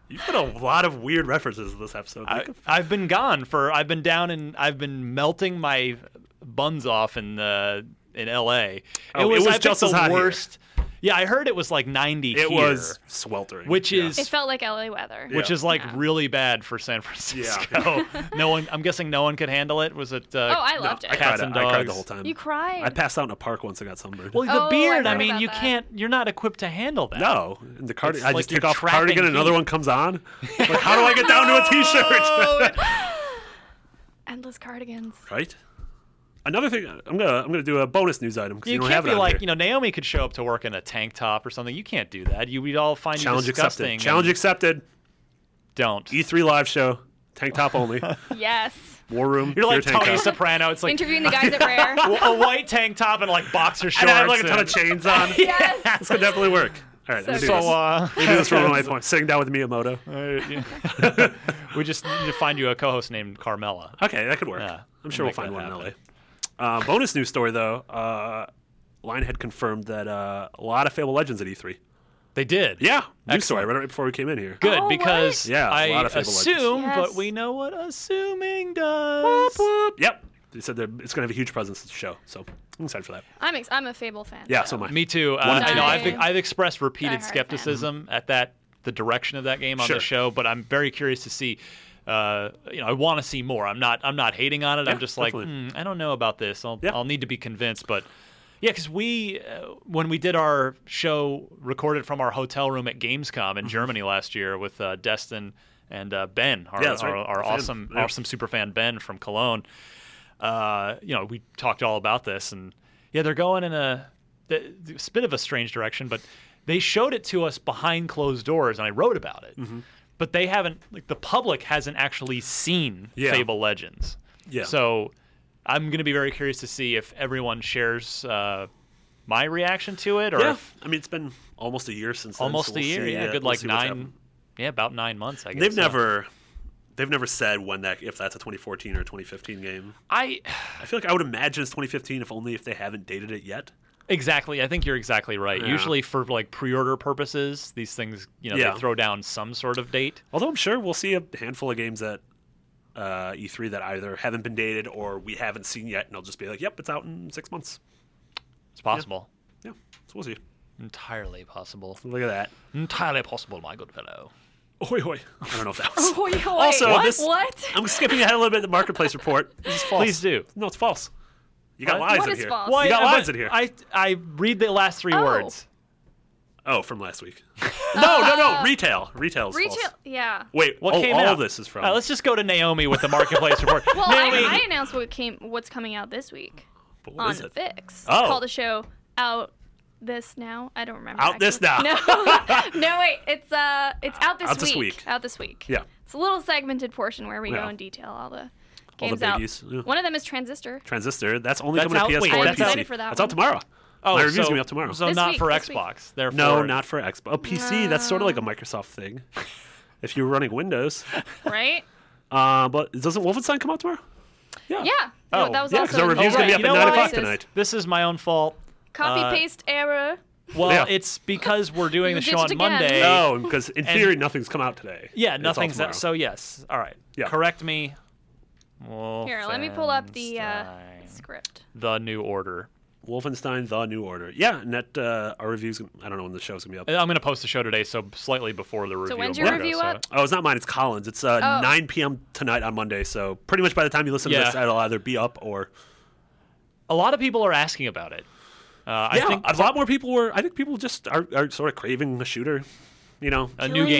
You've got a lot of weird references in this episode. I, I've been gone for. I've been down and I've been melting my buns off in the in L.A. Oh, it was I think, just as the hot here. worst. Yeah, I heard it was like 90 here, it was sweltering. which Yeah. is It felt like LA weather. which is like Yeah. really bad for San Francisco. no one. I'm guessing no one could handle it. Was it? Uh, Oh, I loved I it. cried, Cats and I cried dogs. the whole time. You cried. I passed out in a park once and got sunburned. Well, the Oh, I beard. I, heard mean, about you that. can't. You're not equipped to handle that. no, in the card. It's I like just you're take off trapping cardigan, heat. another one comes on. Like, how do I get down to a t-shirt? Endless cardigans. right. Another thing, I'm gonna I'm gonna do a bonus news item because You, you, don't can't have it be on like here. you know Naomi could show up to work in a tank top or something. You can't do that. You we'd all find Challenge you disgusting. accepted. and Challenge accepted. Don't. E3 live show, tank top only, Yes. war room. You're like pure tank Tony top. Soprano. It's like Interviewing the guys at Rare. a white tank top and like boxer shorts. And I have like a ton and- of chains on. Yes. This could definitely work. All right, I'm gonna do So So this. uh, I'm gonna do this for one of my points. Sitting down with Miyamoto. yeah. oh, uh, we just need to find you a co-host named Carmela. Okay, that could work. Yeah, I'm sure we'll make find one that in LA. Uh, bonus news story though. Uh, Line had confirmed that uh, a lot of Fable Legends at E3. They did. Yeah, news story. I read it right before we came in here. Good Oh, because what? Yeah, a I lot of Fable Legends. assume, Yes. but we know what assuming does. Yep, they said that it's gonna have a huge presence at the show. So I'm excited for that. I'm ex- I'm a Fable fan. Yeah, so am I. Me too. One Uh, of I two. know I've, I've expressed Diehard repeated fan. skepticism at that the direction of that game on Sure. the show, but I'm very curious to see. Uh, you know, I want to see more. I'm not. I'm not hating on it. Yeah, I'm just like, definitely. "Hmm, I don't know about this. I'll. Yeah. I'll need to be convinced. But yeah, because we uh, when we did our show recorded from our hotel room at Gamescom Mm-hmm. in Germany last year with uh, Destin and uh, Ben, our Yeah, that's right. our, our Fan. awesome Yeah. awesome super fan Ben from Cologne uh, you know, we talked all about this, and yeah, they're going in a th- it's a bit of a strange direction, but they showed it to us behind closed doors, and I wrote about it. Mm-hmm. But they haven't, like, the public hasn't actually seen Yeah. Fable Legends. Yeah. So I'm going to be very curious to see if everyone shares uh, my reaction to it, or Yeah, if I mean it's been almost a year since. then, almost so a we'll year, see, yeah, uh, good we'll like see what's nine, happened. yeah, about nine months, I guess. They've yeah. never, they've never said when that if that's a 2014 or 2015 game. I I feel like I would imagine it's 2015 if only if they haven't dated it yet. Exactly. I think you're exactly right. Yeah. Usually for like pre-order purposes, these things, you know, Yeah. they throw down some sort of date. Although I'm sure we'll see a handful of games at uh, E3 that either haven't been dated or we haven't seen yet, and they'll just be like, "Yep, it's out in six months." It's possible. Yeah, so we'll see. Entirely possible. Look at that. Entirely possible, my good fellow. Oi, oi. I don't know if that was. Hoy, hoy. Also, what? this- what? I'm skipping ahead a little bit. The marketplace report. This is false. Please do. No, it's false. You got What? lies What in is here. false? Why- You got uh, lies but in here. I I read the last three Oh. words. Oh, from last week. No, no, no. Retail. Retail. Is Uh, Retail. False. Yeah. Wait, What oh, came all out? of this is from. Uh, let's just go to Naomi with the marketplace report. Well, Naomi, I, I announced what came, what's coming out this week But what on is it? Fix. It's Oh. called the show out this now. I don't remember. Out this actually. now. No, no, wait. It's uh, it's out this Out week. this week. Out this week. Yeah. It's a little segmented portion where we Yeah. go in detail all the All the games out. biggies, yeah. One of them is Transistor. Transistor. That's only That's coming out- to PS4 wait, and that's PC. out- Ready for that that's out one. tomorrow. oh, My review's so, gonna be out tomorrow. So This not week, for this week. Xbox. Therefore, No, not for Xbox. Oh, PC. That's sort of like a Microsoft thing. if you're running Windows, Right. uh, but doesn't Wolfenstein come out tomorrow? Yeah. Yeah. Oh, no, that was yeah, also our in review's the gonna right. be up You at know nine what? o'clock This is- tonight. This is my own fault. Copy Uh, paste error. Well, Yeah. Oh. it's because we're doing You the did show it on again. Monday. No, because in theory nothing's come out today. Yeah, It's all nothing's tomorrow. so yes. All right. Yeah. Correct me. Well, Here, let me pull up the uh, script. the new order. Wolfenstein: The New Order. Yeah, and that uh, our reviews. I don't know when the show's gonna be And up. Uh, I'm going to post the show today, so slightly before the review. So when's of your Margo, review so- up? Oh, it's not mine. It's Collins. It's uh, Oh. 9 p.m. tonight on Monday. So pretty much by the time you listen Yeah. to this, it'll either be up or A lot of people are asking about it. Uh, I yeah. think a lot more people were. I think people just are, are sort of craving a shooter. You know. a new Killing game.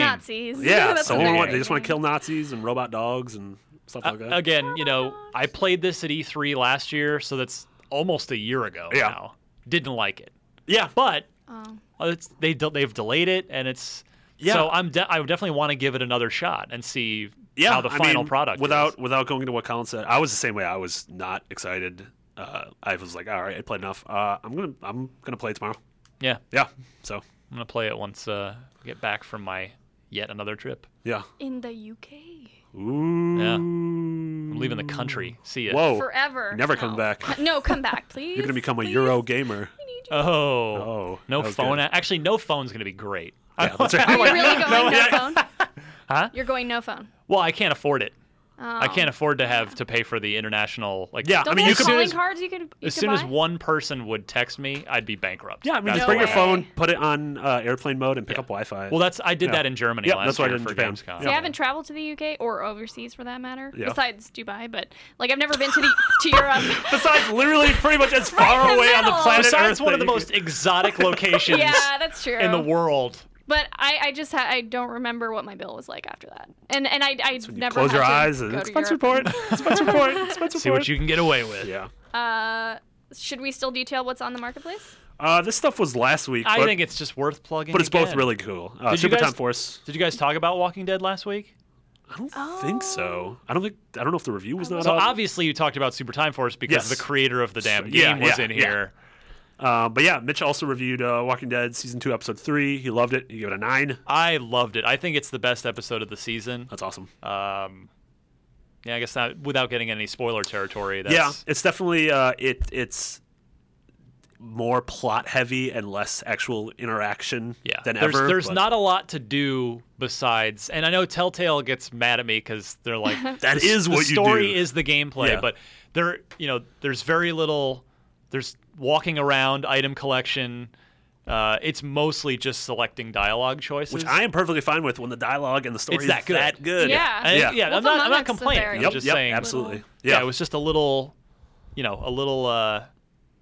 Nazis. yeah. That's someone another want, they just want thing. to kill Nazis and robot dogs and stuff Uh, like that. again, you know, I played this at E3 last year, so that's almost a year ago Yeah. now. Didn't like it, Yeah. but Oh. uh, it's, they del- they've delayed it, and it's Yeah. so I'm de- I definitely want to give it another shot and see yeah, how the I final mean, product without is. without going to what Colin said. I was the same way. I was not excited. Uh, I was like, all right, I played enough. Uh, I'm gonna I'm gonna play tomorrow. Yeah, Yeah. So I'm gonna play it once uh I get back from my yet another trip. yeah. In the UK. Ooh. Yeah. I'm leaving the country. See ya. Whoa. Forever. Oh, Never No. come back. No, come back, please. You're gonna become a please. Euro gamer. Oh. Oh, No that was phone. good. a- Actually, no phone's gonna be great. Yeah, that's right. Are you really going no, yeah. phone? Huh? You're going no phone. Well, I can't afford it. Oh. I can't afford to have to pay for the international. Like, Yeah, Don't I mean, they you have could- calling as- cards you could. You as could soon as buy? one person would text me, I'd be bankrupt. Yeah, I mean, That's just No bring what your way. I- phone, put it on uh, airplane mode, and pick up Wi-Fi. Well, that's I did Yeah. that in Germany Yeah, last that's what I year did in for Japan. Gamescom. See, I haven't traveled to the UK or overseas for that matter, Yeah. besides Dubai. But like, I've never been to the to Europe. besides, literally, pretty much as far in the away on the middle. planet Besides Earth one of that the you most can- exotic locations yeah, that's true. in the world. But I, I just ha- I don't remember what my bill was like after that, and and I I you never close had your to eyes go and to expense Europe. report, expense report, expense See report. what you can get away with. Yeah. Uh, should we still detail what's on the marketplace? Uh, this stuff was last week, I but, think it's just worth plugging. but it's both again. really cool. Uh, Did you Super guys- Time Force. Did you guys talk about Walking Dead last week? I don't think Oh. so. I don't think. I don't know if the review was not So up. obviously you talked about Super Time Force because Yes. the creator of the damn So- game yeah, was yeah, in yeah. here. Uh, but yeah, Mitch also reviewed uh, Walking Dead season two, episode three. He loved it. He gave it a nine. I loved it. I think it's the best episode of the season. That's awesome. Um, yeah, I guess not without getting any spoiler territory. That's, Yeah, it's definitely uh, it. It's more plot heavy and less actual interaction yeah. than there's ever. there's but not a lot to do besides, and I know Telltale gets mad at me because they're like, That "That is is the what you story do." is the gameplay, Yeah. but there, you know, there's very little. There's walking around, item collection. Uh, it's mostly just selecting dialogue choices, which I am perfectly fine with when the dialogue and the story It's is that good. that good. Yeah. I- yeah, Yeah. I'm Wolf not, I'm Among not Us is a complaining. very I'm Yep. just yep. saying, Absolutely. Yeah. it was just a little, you know, a little. uh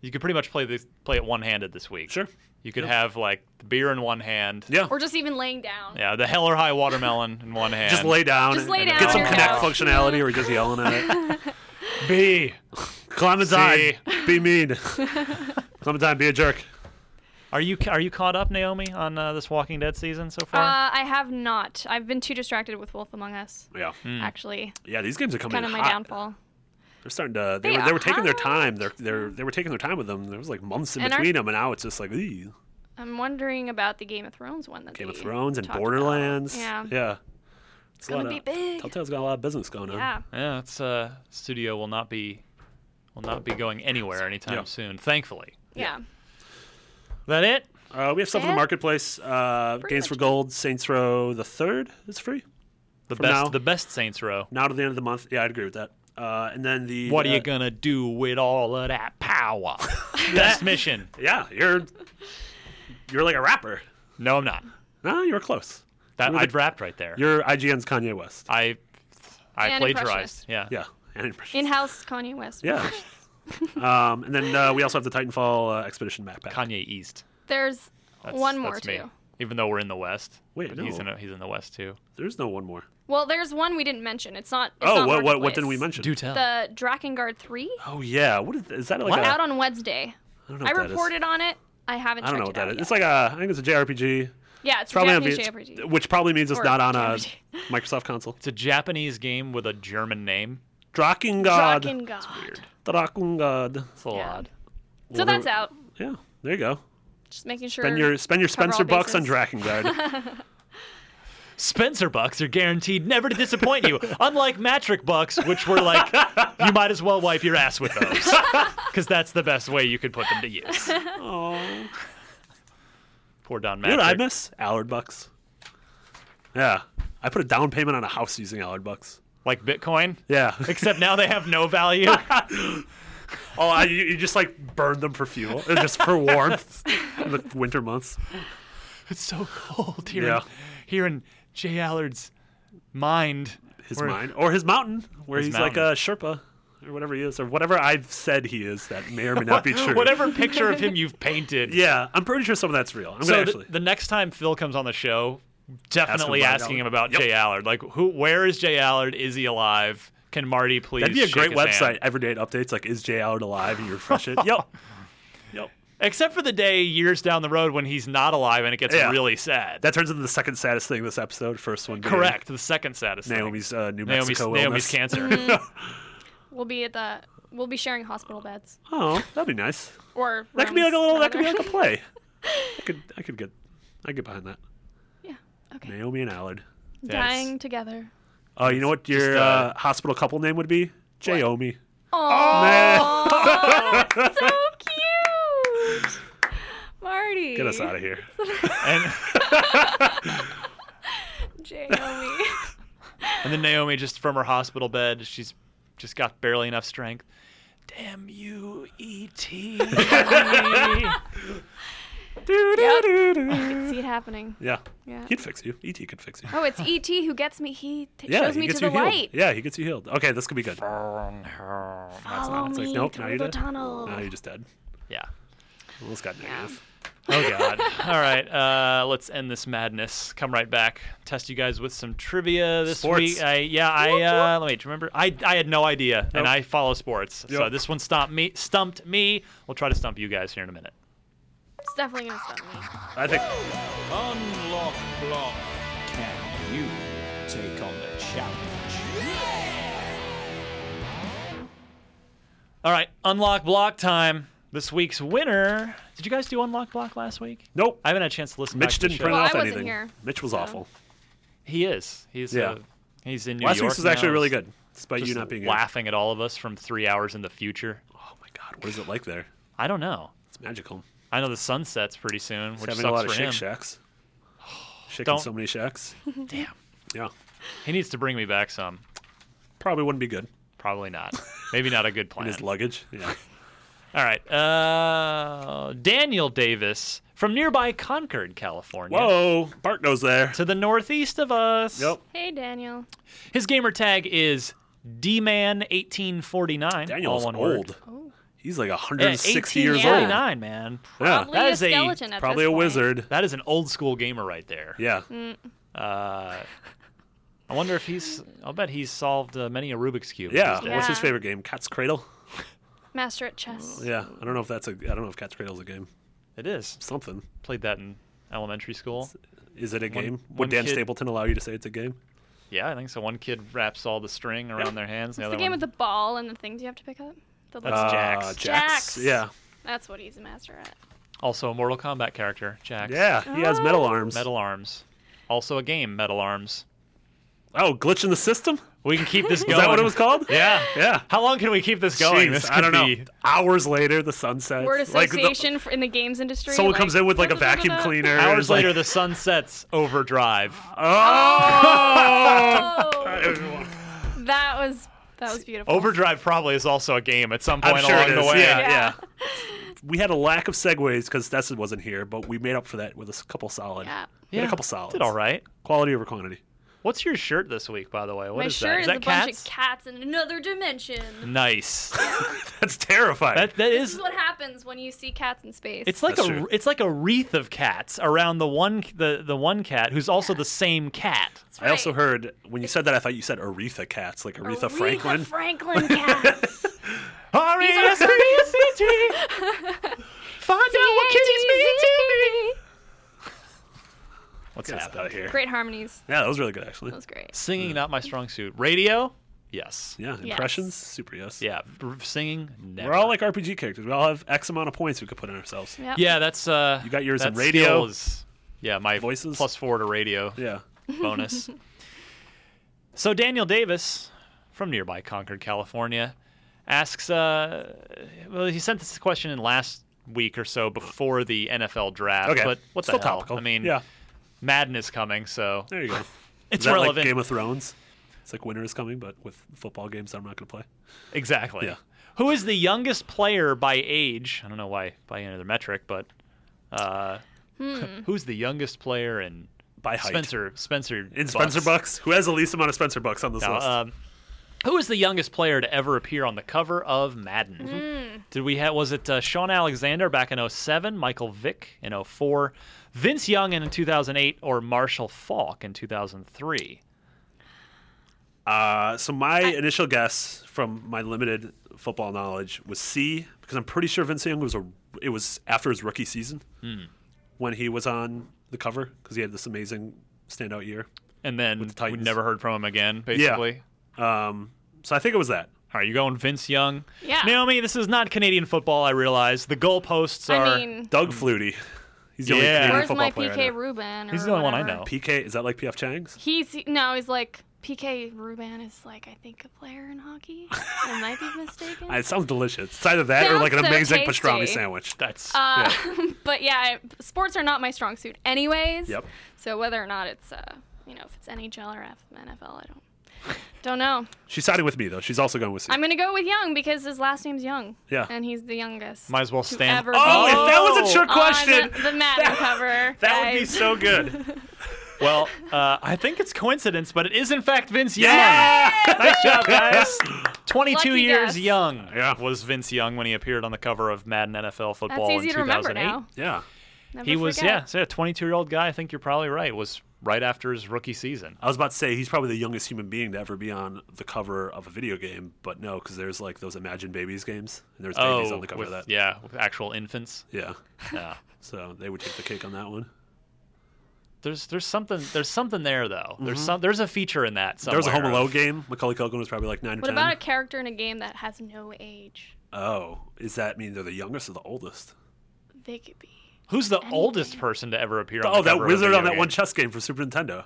You could pretty much play this, play it one-handed this week. Sure. You could have like the beer in one hand. Yeah. Or just even laying down? Yeah, the hell or high watermelon in one hand. Just lay down. Just lay and down Get some on your connect couch. functionality, or just yelling at it. B. Clementine, be mean. Clementine, be a jerk. Are you are you caught up, Naomi, on uh, this Walking Dead season so Uh, far? I have not. I've been too distracted with Wolf Among Us. Yeah, Actually, yeah. These games are coming kind of in my Hmm. hot. downfall. They're starting to. They, They were, they are were taking their hot. time. They're, they're they were taking their time with them. There was like months in And our- between them, and now it's just like ew. I'm wondering about the Game of Thrones one. That Game of they Thrones and talked Borderlands. about. Yeah. yeah. It's gonna be big. Telltale's got a lot of business going on. Yeah. yeah, it's uh, studio will not be will not be going anywhere anytime Yeah. soon. Thankfully. Yeah. That it? Uh, we have stuff in Yeah. the marketplace. Uh, Pretty Games much for done. Gold, Saints Row the third is free. The For best now. the best Saints Row. Now to the end of the month. Yeah, I'd agree with that. Uh, and then the What are uh, you gonna do with all of that power? Best mission. Yeah, you're you're like a rapper. No, I'm not. No, you were close. That You're I the- wrapped right there. You're IGN's Kanye West. I I And plagiarized. Yeah. Yeah, and impression. In-house Kanye West. Yeah. um, and then uh, we also have the Titanfall uh, Expedition map pack. Kanye East. There's That's, one more that's too. me. Even though we're in the West. Wait, But he's no. in he's in the West too. There's no one more. Well, there's one we didn't mention. It's not. It's oh, not what what what Marketplace. didn't we mention? Do tell. The Drakengard three Oh yeah, what is, is that like? What? A, out on Wednesday. I don't know I what that is. reported on it. I haven't. I don't know what checked that it is. It's like a, I think it's a JRPG. yeah, it's It's probably Japanese on V- JRPG. which probably means it's Or not on a JRPG. Microsoft console. It's a Japanese game with a German name. Drakengard. Drakengard. Drakengard. It's a little Yeah. odd. So Well, there- that's out. Yeah, there you go. Just making sure. Spend your spend your Cover all Spencer bucks on bases. Drakengard. Spencer bucks are guaranteed never to disappoint you, unlike Matric bucks, which were like, you might as well wipe your ass with those, because that's the best way you could put them to use. Oh. Poor Don You know what I Matrick. miss? Allard bucks. Yeah, I put a down payment on a house using Allard bucks. like Bitcoin. Yeah. Except now they have no value. oh, I, you, you just like burn them for fuel, uh, just for warmth in the winter months. it's so cold here. Yeah. In, here in Jay Allard's mind. His Where- mine or his mountain, where His he's like mountain. a Sherpa or whatever he is, or whatever I've said he is that may or may not be true. Whatever picture of him you've painted. Yeah, I'm pretty sure some of that's real. I'm So gonna th- actually. the next time Phil comes on the show, definitely about asking Allard. him about Yep. Jay Allard. Like, who? Where is Jay Allard? Is he alive? Can Marty please? That'd be a shake great his hand? website. Every day it updates like is Jay Allard alive? And you refresh it. Yep. Yep. Except for the day years down the road when he's not alive and it gets Yeah. really sad. That turns into the second saddest thing this episode. First one. being correct. The second saddest. thing. Naomi's uh, New Naomi's, Mexico Naomi's illness. cancer. We'll be at the. We'll be sharing hospital beds Oh, that'd be nice. or. That could be like a rooms, little. That could be rather. like a play. I could. I could get. I could get behind that. yeah. Okay. Naomi and Allard. Dying together. Oh, you know what your uh, uh, hospital couple name would be? Jaomi. Oh, Nah, so cute, Marty. get us out of here. and, Jamie. and then Naomi, just from her hospital bed, she's just got barely enough strength. Damn you, E E.T. See it happening. Yeah. Yeah. He'd fix you. ET could fix you. Oh, it's ET who gets me. He t- Yeah, shows he me gets to the you healed. light. Oh. Yeah, he gets you healed. Okay, this could be good. Follow It's me like, nope, now through you're the dead. tunnel. Now you're just dead. yeah. Almost got negative. Oh God! All right, uh, let's end this madness. Come right back. Test you guys with some trivia this Sports. week. I, yeah, I uh, let me remember. I, I had no idea, and Nope. I follow sports, so Yep. this one stumped me. Stumped me. We'll try to stump you guys here in a minute. It's definitely gonna stun me. I think. Unlock block. Can you take on the challenge? All right, unlock block time. This week's winner. Did you guys do unlock block last week? Nope. I haven't had a chance to listen. back Mitch to the didn't show. print Well, I off wasn't anything. here, Mitch was so. awful. He is. He's Yeah. uh, he's in New Last York. week's was actually now. really good, despite Just you not being here. laughing at all of us from three hours in the future. Oh my God, what is it like there? I don't know. It's magical. I know the sun sets pretty soon, He's which having sucks a lot for of shake him. shacks. Shaking Don't- so many shacks. Damn. Yeah, He needs to bring me back some. probably wouldn't be good Probably not. Maybe not a good in plan. his luggage. Yeah. All right. Uh, Daniel Davis from nearby Concord, California. Whoa, Bart goes there. To the northeast of us. Yep. Hey, Daniel. His gamer tag is D-Man1849. Daniel's all one old. Oh. Word. He's like Yeah, 160 18, years yeah. old. 49, man. Yeah. Probably That a is a- skeleton at Probably this a point. Mm, wizard. That is an old school gamer right there. Yeah. Uh, I wonder if he's. I'll bet he's solved uh, many a Rubik's cube. in yeah. his day. What's his Yeah. favorite game? Cat's Cradle. Master at chess. Yeah. I don't know if that's a. I don't know if Cat's Cradle's a game. It is. Something. Played that in elementary school. Is it a game? Would one Dan kid- Stapleton allow you to say it's a game? Yeah, I think so. One kid wraps all the string around their hands. The It's other the one, game with the ball and the things you have to pick up. The That's little- Uh, Jax. Jax. Yeah. That's what he's a master at. also a Mortal Kombat character, Jax. Yeah. He has metal arms. Metal Arms. Also a game, Metal Arms. Oh, glitch in the system. We can keep this Is going. that what it was called? Yeah. Yeah. How long can we keep this going? Jeez, this I could don't know. be- Hours later, the sun sets. Word Like, the- association for in the games industry. someone like, comes in with like a vacuum cleaner. and Hours it's like, later, the sun sets. Overdrive. Oh. Oh, that was that was beautiful. Overdrive probably is also a game at some I'm point sure along it the is. way. Yeah, yeah. We had a lack of segues because Destin wasn't here, but we made up for that with a s- couple solid. Yeah. We had Yeah, a couple solids. Did all right. Quality over quantity. What's your shirt this week, by the way? What My is shirt that? Is that is a cats? bunch of cats in another dimension. nice. That's terrifying. That that This is is what happens when you see cats in space. It's like That's a true. it's like a wreath of cats around the one the the one cat who's also the same cat. That's I also right. heard when you said that, I thought you said Aretha Cats, like Aretha, Franklin. Franklin cats. Find out what kitty's mean to me. What's Get us happening? outta here. Great harmonies. Yeah, that was really good actually. That was great. Singing not my strong suit. Radio? Yes. Yeah, impressions, super yes. Yeah. r- Singing never. We're all like RPG characters. We all have X amount of points we could put in ourselves. Yep. Yeah, that's uh You got yours that in radio. skill is- yeah, my Voices? plus 4 to radio. Yeah. bonus. so Daniel Davis from nearby Concord, California, asks. Uh, well, he sent this question in last week or so before the NFL draft. Okay. But what the Still hell? topical. I mean, yeah. Madden is coming, so There you go. It's Is that relevant. Like Game of Thrones. It's like winter is coming, but with football games, I'm not going to play. exactly. Yeah. Who is the youngest player by age? I don't know why by any other metric, but uh, who's the youngest player in By height. Spencer Spencer In Spencer Bucks, who has the least amount of Spencer Bucks on this Now, list? um, who is the youngest player to ever appear on the cover of Madden? Hmm. Did we have? Was it uh, Sean Alexander back in 07, Michael Vick in 04, Vince Young in 2008, or Marshall Falk in 2003? Uh, so my initial guess from my limited football knowledge was C because I'm pretty sure Vince Young was a it was after his rookie season Hmm. when he was on the cover because he had this amazing standout year. And then the we Titans. never heard from him again, basically. Um, so I think it was that. All right, you going Vince Young? Yeah. Naomi, this is not Canadian football, I realize. The goalposts are. I mean, Doug Flutie. He's the only Hmm. Yeah. Canadian where's football my player. I PK know. Rubin? Or He's the only one I whatever? know. PK is that like PF Chang's? He's no, he's like PK Rubin is like I think a player in hockey. I might be mistaken. Uh, It sounds delicious. It's either that or Sounds like an so amazing tasty. pastrami sandwich. that's. uh, but yeah, I- sports are not my strong suit, anyways. Yep. So whether or not it's uh, you know, if it's NHL or F- NFL, I don't don't know. She's siding with me though. She's also going with C. I'm gonna go with Young because his last name's Young. Yeah. And he's the youngest. might as well to stand. ever be oh, if that was a Oh! trick on question, the, the Madden cover. that would be guys. so good. well, uh, I think it's coincidence, but it is, in fact, Vince Young. yeah. Nice job, guys. 22 Lucky years guess. young Yeah. was Vince Young when he appeared on the cover of Madden NFL Football That's easy in to 2008. remember now. Yeah. Never He was, yeah, forget. so a 22 year old guy. I think you're probably right. Was right after his rookie season. I was about to say he's probably the youngest human being to ever be on the cover of a video game, but no, because there's like those Imagine Babies games, and there's babies on the Oh, cover with, of that. yeah, with actual infants. Yeah. Yeah. So they would take the cake on that one. There's there's something there's something there though. There's some there's a feature in that There somewhere. was Mm-hmm. a Home of- Alone game. Macaulay Culkin was probably like nine or What ten. about a character in a game that has no age? oh, does that mean they're the youngest or the oldest? They could be. Who's the oldest person to ever appear on Oh, the that cover of a wizard on video that game? one chess game for Super Nintendo.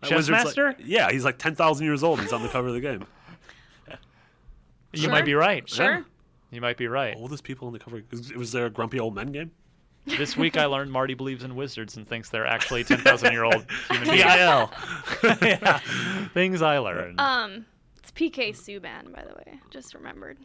That Chess wizard's master? Like, yeah, he's like ten thousand years old. He's on the cover of the game. You Sure. might be right. Sure. You might be right. Oldest people on the cover. Was was there a grumpy old men game? this week I learned Marty believes in wizards and thinks they're actually 10,000 year old human beings. PIL. Yeah. Things I learned. Um, it's PK Subban, by the way. Just remembered.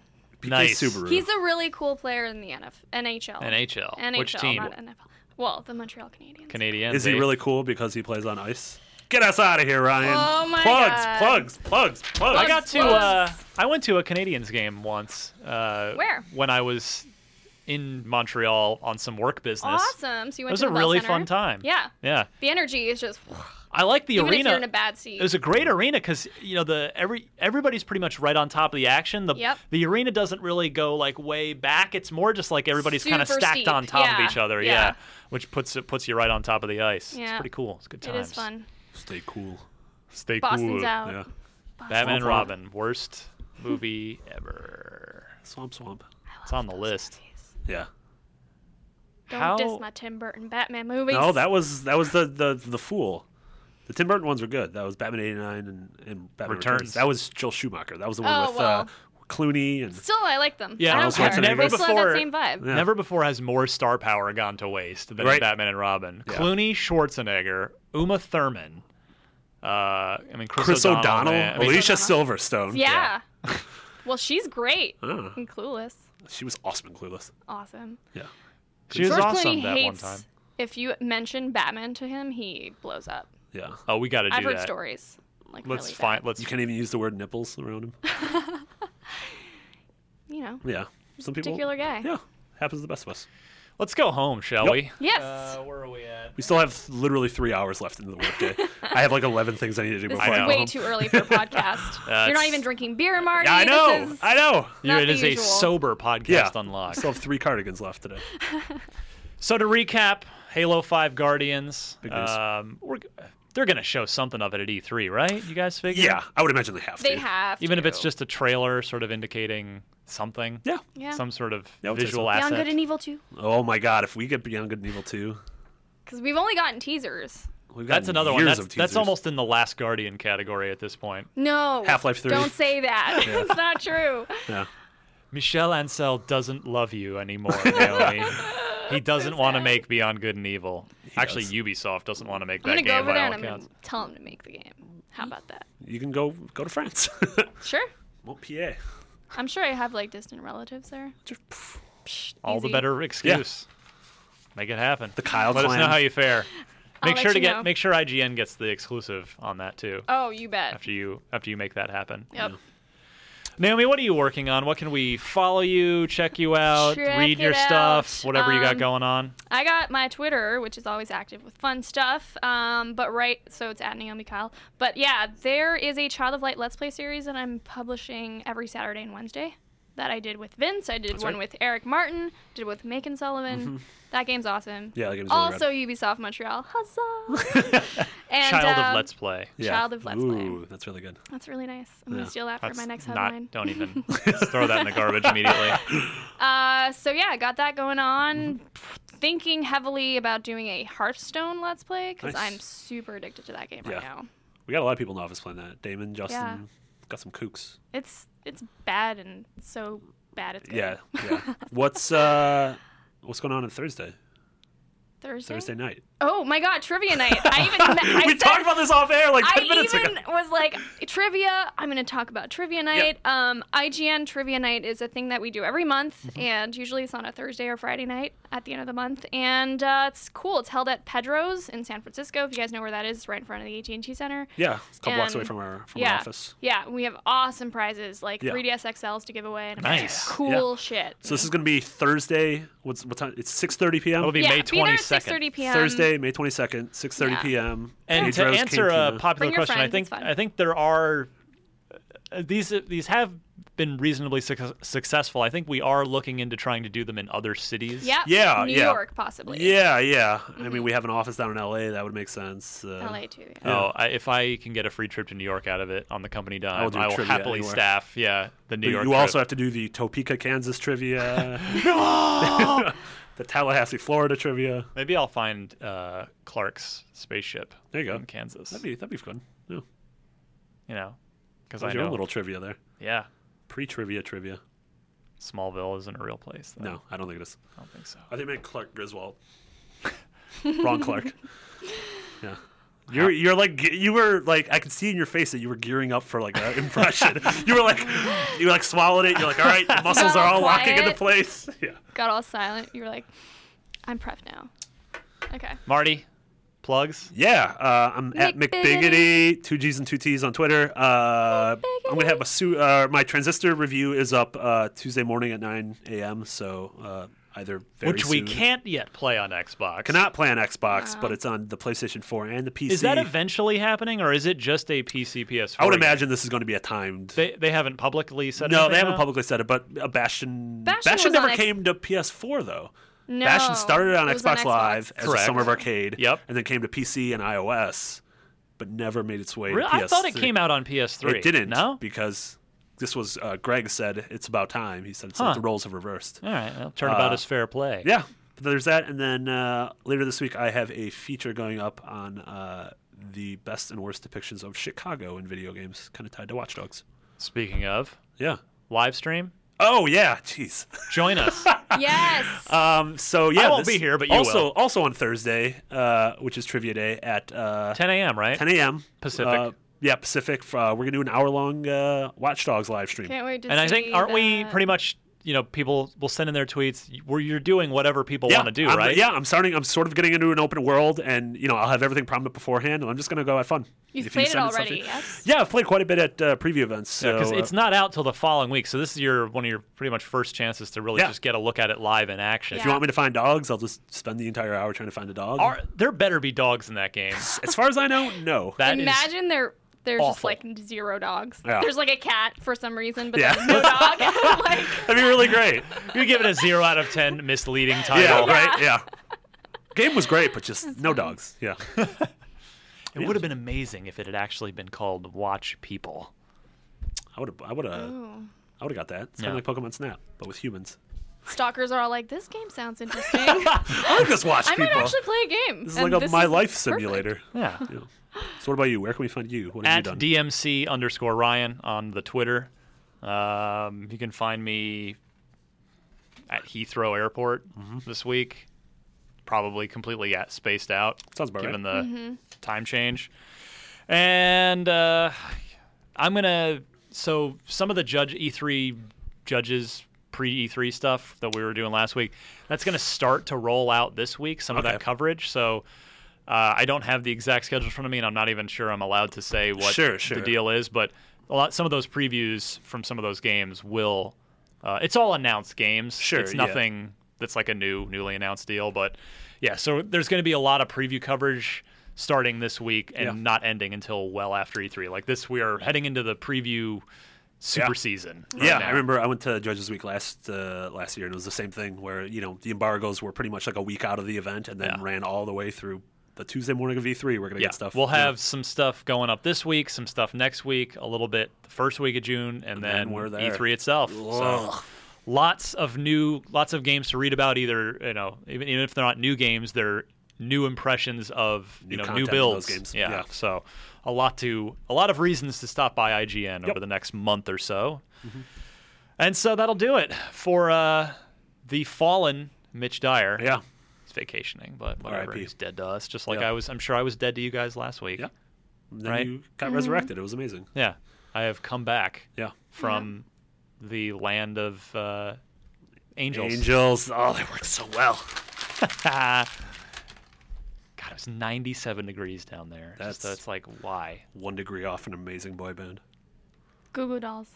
Nice. Subaru. He's a really cool player in the NF- NHL. NHL. NHL, Which team? not NFL. Well, the Montreal Canadiens. Canadian. Is he really cool because he plays on ice? Get us out of here, Ryan. Oh my plugs, God. plugs, plugs, plugs. I got to. Well- Uh, I went to a Canadians game once. Uh, Where? When I was in Montreal on some work business. Awesome. So you It went was to a the Bell really Center? fun time. Yeah. Yeah. The energy is just I like the even if arena. you're in a bad seat. It was a great arena because you know the every everybody's pretty much right on top of the action. The Yep. the arena doesn't really go like way back. It's more just like everybody's kind of Super stacked steep. on top Yeah. of each other. Yeah. Yeah. which puts it puts you right on top of the ice. It's Yeah. pretty cool. It's good It times. is fun. Stay cool. Stay Boston's cool. out. Yeah. Batman and Swamp Robin. Robin, worst movie ever. Swamp, swamp. It's on the list. Yeah. Don't How- diss my Tim Burton Batman movies. No, that was that was the the the fool. The Tim Burton ones were good. That was Batman '89 and, and Batman Returns. Returns. That was Joel Schumacher. That was the one Oh, with uh, well. Clooney and Still, I like them. Yeah, I Arnold don't care. Schwarzenegger. They still have Before- that same vibe. Yeah. Never before has more star power gone to waste than in Right. Batman and Robin. Yeah. Clooney, Schwarzenegger, Uma Thurman. Uh, I mean Chris, Chris O'Donnell, man. I mean, Alicia Silverstone. Yeah. well, she's great. Ah, And clueless. she was awesome and clueless. Awesome. Yeah. she was George awesome Clooney that one hates time. if you mention Batman to him, he blows up. Yeah. Oh, we got to do I've heard that. stories. Like Let's really bad. find. Let's. You can't even use the word nipples around him. You know, Yeah. Some people. particular guy. Yeah. Happens to the best of us. Let's go home, shall Yep. we? Yes. where are we at? We still have literally three hours left in the workday. I have like 11 things I need to do this before I is go way home. too early for a podcast. You're not That's- even drinking beer, Marty. Yeah, I know. This is- I know. Not it the is a usual. sober podcast Yeah. I unlocked. still have three cardigans left today. So to recap, Halo Five Guardians. Big news. Um, we're g- they're gonna show something of it at E3, right? You guys figure? Yeah, I would imagine they have they to. have. Even if it's to. just a trailer, sort of indicating something. Yeah. yeah. Some sort of Yeah, I would say visual so. Beyond asset. Good and Evil too, Oh my God, if we get Beyond Good and Evil 2, because we've only gotten teasers. we've got That's another one. years That's, of that's teasers. almost in the Last Guardian category at this point. No. Half-Life 3. Don't say that. it's not true. Yeah. Michelle Ansel doesn't love you anymore, Naomi. He doesn't want to sad. make Beyond Good and Evil. Actually, does. Ubisoft doesn't want to make I'm that gonna go game over by there all and I'm gonna accounts. tell him to make the game. How about that? You can go go to France. Sure. Montpellier. I'm sure I have like distant relatives there. Just, pff, Psh, All the easy. better excuse. Make it happen. The Kyle Let us know clan. how you fare. I'll Make let sure to you get know. make sure IGN gets the exclusive on that too. Oh, you bet. After you after you make that happen. Yep. Naomi, what are you working on? What can we follow you, check you out, Check read your it stuff, out. whatever you got Um, going on? I got my Twitter, which is always active with fun stuff. Um, but right, so it's at Naomi Kyle. But yeah, there is a Child of Light Let's Play series that I'm publishing every Saturday and Wednesday. That I did with Vince. I did one with Eric Martin. Did with Macon Sullivan. Mm-hmm. That game's awesome. Yeah, that game's really also Ubisoft Montreal. Huzzah! and, Child of um, Let's Play. yeah. Child of Let's Play. Ooh, that's really good. That's really nice. I'm Yeah. gonna steal that for That's my next not- headline. Don't even just throw that in the garbage immediately. Uh, so yeah, got that going on. Thinking heavily about doing a Hearthstone Let's Play because Nice. I'm super addicted to that game Yeah. right now. We got a lot of people in the office playing that. Damon, Justin, Yeah. got some kooks. It's it's bad and so bad it's good. Yeah, yeah. what's uh, what's going on on Thursday? Thursday. Thursday night. Oh my God, trivia night! I even I we said, talked about this off air like ten I minutes even ago. was like trivia. I'm gonna talk about trivia night. Um, IGN trivia night is a thing that we do every month, Mm-hmm. and usually it's on a Thursday or Friday night at the end of the month. And uh, it's cool. It's held at Pedro's in San Francisco. If you guys know where that is, it's right in front of the AT&T Center. Yeah, a couple blocks away And- from our from yeah, our office. Yeah, we have awesome prizes like Yeah. 3DS XLs to give away and a bunch of Nice. cool shit. So this is going to be Thursday. What's what time? It's 6:30 p.m. It'll be yeah, May be there at 22nd. 6:30 p.m. Thursday, May 22nd, 6:30 Yeah. p.m. And Page to Rose, answer King a Puna. popular Bring your question, I friends, think it's fun. I think there are uh, these these have been reasonably suc successful. I think we are looking into trying to do them in other cities. Yep. Yeah, New yeah. York possibly. Yeah, yeah. I Mm-hmm. mean, we have an office down in L.A. That would make sense. Uh, LA too. Yeah. Oh, I, if I can get a free trip to New York out of it on the company I will dime, do I will trivia happily anywhere. staff. Yeah, the New you York. also trip. have to do the Topeka, Kansas trivia. the Tallahassee, Florida trivia. maybe I'll find uh, Clark's spaceship. There you go. in Kansas. That'd be that'd be fun. Yeah. you know, because I There's your know. Uh-huh. own little trivia there. yeah, Pre-trivia trivia. Smallville isn't a real place. Though. No, I don't think it is. I don't think so. I think it meant Clark Griswold. Wrong Clark. Yeah. You're you're like ge- you were like I could see in your face that you were gearing up for like an impression. you were like you like swallowed it. You're like all right, the muscles are all locking into Quiet. place. Yeah. Got all silent. You were like, I'm prepped now. Okay. Marty, plugs. Yeah, uh, I'm at McBiggity. McBiggity, two G's and two T's on Twitter. Uh, I'm gonna have a su- uh, my transistor review is up uh, Tuesday morning at 9 a.m. So uh, either very Which we soon- can't yet play on Xbox. cannot play on Xbox, but it's on the PlayStation 4 and the PC. Is that eventually happening, or is it just a PC PS4? I would game? imagine this is going to be a timed. they they haven't publicly said. no, anything they haven't now? publicly said it, but uh, Bastion Bastion was never on X- came to PS4 though. No. Bastion started on it was Xbox, Live as Correct. a summer of arcade, Yep. and then came to PC and iOS, but never made its way. Really? to PS3. I thought it came out on PS3. It didn't. No. because this was uh, Greg said it's about time. He said it's Huh. like the roles have reversed. All right. Well, turnabout is fair play. Uh, Yeah, but there's that, and then uh, later this week I have a feature going up on uh, the best and worst depictions of Chicago in video games, kind of tied to Watch Dogs. Speaking of Yeah. live stream, Oh yeah, jeez. join us. Yes. Um, so yeah, won't this- be here, but you also will. also on Thursday, uh, which is Trivia Day at uh, 10, 10 a.m. Right. a.m. Pacific. Uh, yeah, Pacific. Uh, we're gonna do an hour long uh, Watch Dogs live stream. Can't wait to and I think see aren't we that. pretty much you know people will send in their tweets where you're doing whatever people want to do I'm, right Yeah, I'm starting. I'm sort of getting into an open world, and you know, I'll have everything prompted beforehand, and I'm just gonna go have fun. You've If played it send in stuff already, to- yes? Yeah, I've played quite a bit at uh, preview events. So because uh, it's not out till the following week so this is your one of your pretty much first chances to really Yeah. just get a look at it live in action if you want me to find dogs, I'll just spend the entire hour trying to find a dog. Are, there better be dogs in that game As far as I know, no. That is- Imagine there there's just awful. like zero dogs. Yeah. There's like a cat for some reason, but Yeah. there's no dog. like That'd be really great. you give it a zero out of ten misleading title yeah, right. Yeah. Game was great, but just no dogs. Yeah. it would have been amazing if it had actually been called watch people I would have. I would have. Ooh. I would have got that. It's Yeah. kind of like Pokemon Snap, but with humans. stalkers are all like, this game sounds interesting. I I like this watch might people. actually play a game. this is and like a my life perfect. simulator. yeah Yeah. So what about you? Where can we find you? What have at you done? dmc underscore ryan on the twitter Um, you can find me at Heathrow Airport Mm-hmm. this week. Probably completely at, spaced out. Sounds about given the time change. And uh, I'm gonna. So some of the judge E3 judges pre E3 stuff that we were doing last week, that's gonna start to roll out this week. Some of that Okay. coverage. So. Uh, I don't have the exact schedule in front of me, and I'm not even sure I'm allowed to say what Sure, the sure. deal is. But a lot, some of those previews from some of those games will. Uh, it's all announced games. Sure, it's yeah. nothing that's like a new, newly announced deal. But yeah, so there's going to be a lot of preview coverage starting this week and Yeah. not ending until well after E3. Like this, we are heading into the preview super Yeah. season. right Yeah, now. I remember I went to Judges Week last uh, last year, and it was the same thing where you know the embargoes were pretty much like a week out of the event, and then Yeah. ran all the way through the Tuesday morning of E3. We're gonna Yeah, get stuff. we'll you know, have some stuff going up this week, some stuff next week, a little bit the first week of June, and, then, then we're there. E3 itself. So Ugh. lots of new, lots of games to read about. Either you know, even, even if they're not new games, they're new impressions of New you know content in new builds. those games. Yeah. Yeah. So a lot to a lot of reasons to stop by IGN over Yep. Mm-hmm. the next month or so. And so that'll do it for uh, the fallen Mitch Dyer. yeah. He's vacationing, but whatever. R.I.P.. He's dead to us, just like Yeah. I was. I'm sure I was dead to you guys last week. Yeah. And then Right. you got resurrected. It was amazing. Yeah, I have come back Yeah. from the land of uh, angels. Angels. Oh, they worked so well. God, it was 97 degrees down there. That's That's- it's like why? One degree off an amazing boy band. Goo Goo Dolls.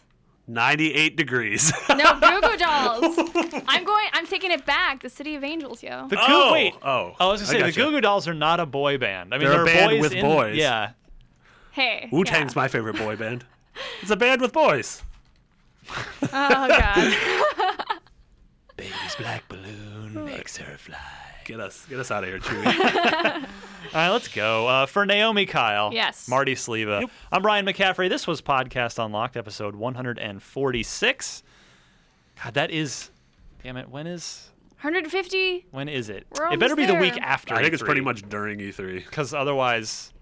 98 degrees. No, Goo Goo Dolls. I'm going. I'm taking it back. The City of Angels, yo. The Goo- Oh, wait. oh, I was gonna say I the gotcha. Goo Goo Dolls are not a boy band. I mean, They're a are band boys with in- boys. Yeah, Hey. Wu Tang's my favorite boy band. It's a band with boys. yeah. Oh god. baby's black balloon makes her fly. Get us, get us out of here, Chewie. All right, let's go. Uh, for Naomi Kyle. Yes. Marty Sleva. I'm Ryan McCaffrey. This was Podcast Unlocked, episode 146. God, that is. Damn it. When is 150. when is it? We're it better be almost the week there. after. E I think it's pretty much during E E3. because otherwise,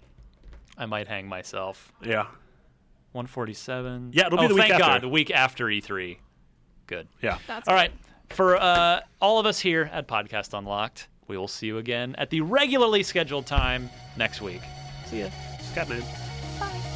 I might hang myself. Yeah, 147. Yeah, it'll be Oh, the week thank after. God, the week after E3. Good. yeah. That's All right. For uh, all of us here at Podcast Unlocked, we will see you again at the regularly scheduled time next week. Scatman. Bye.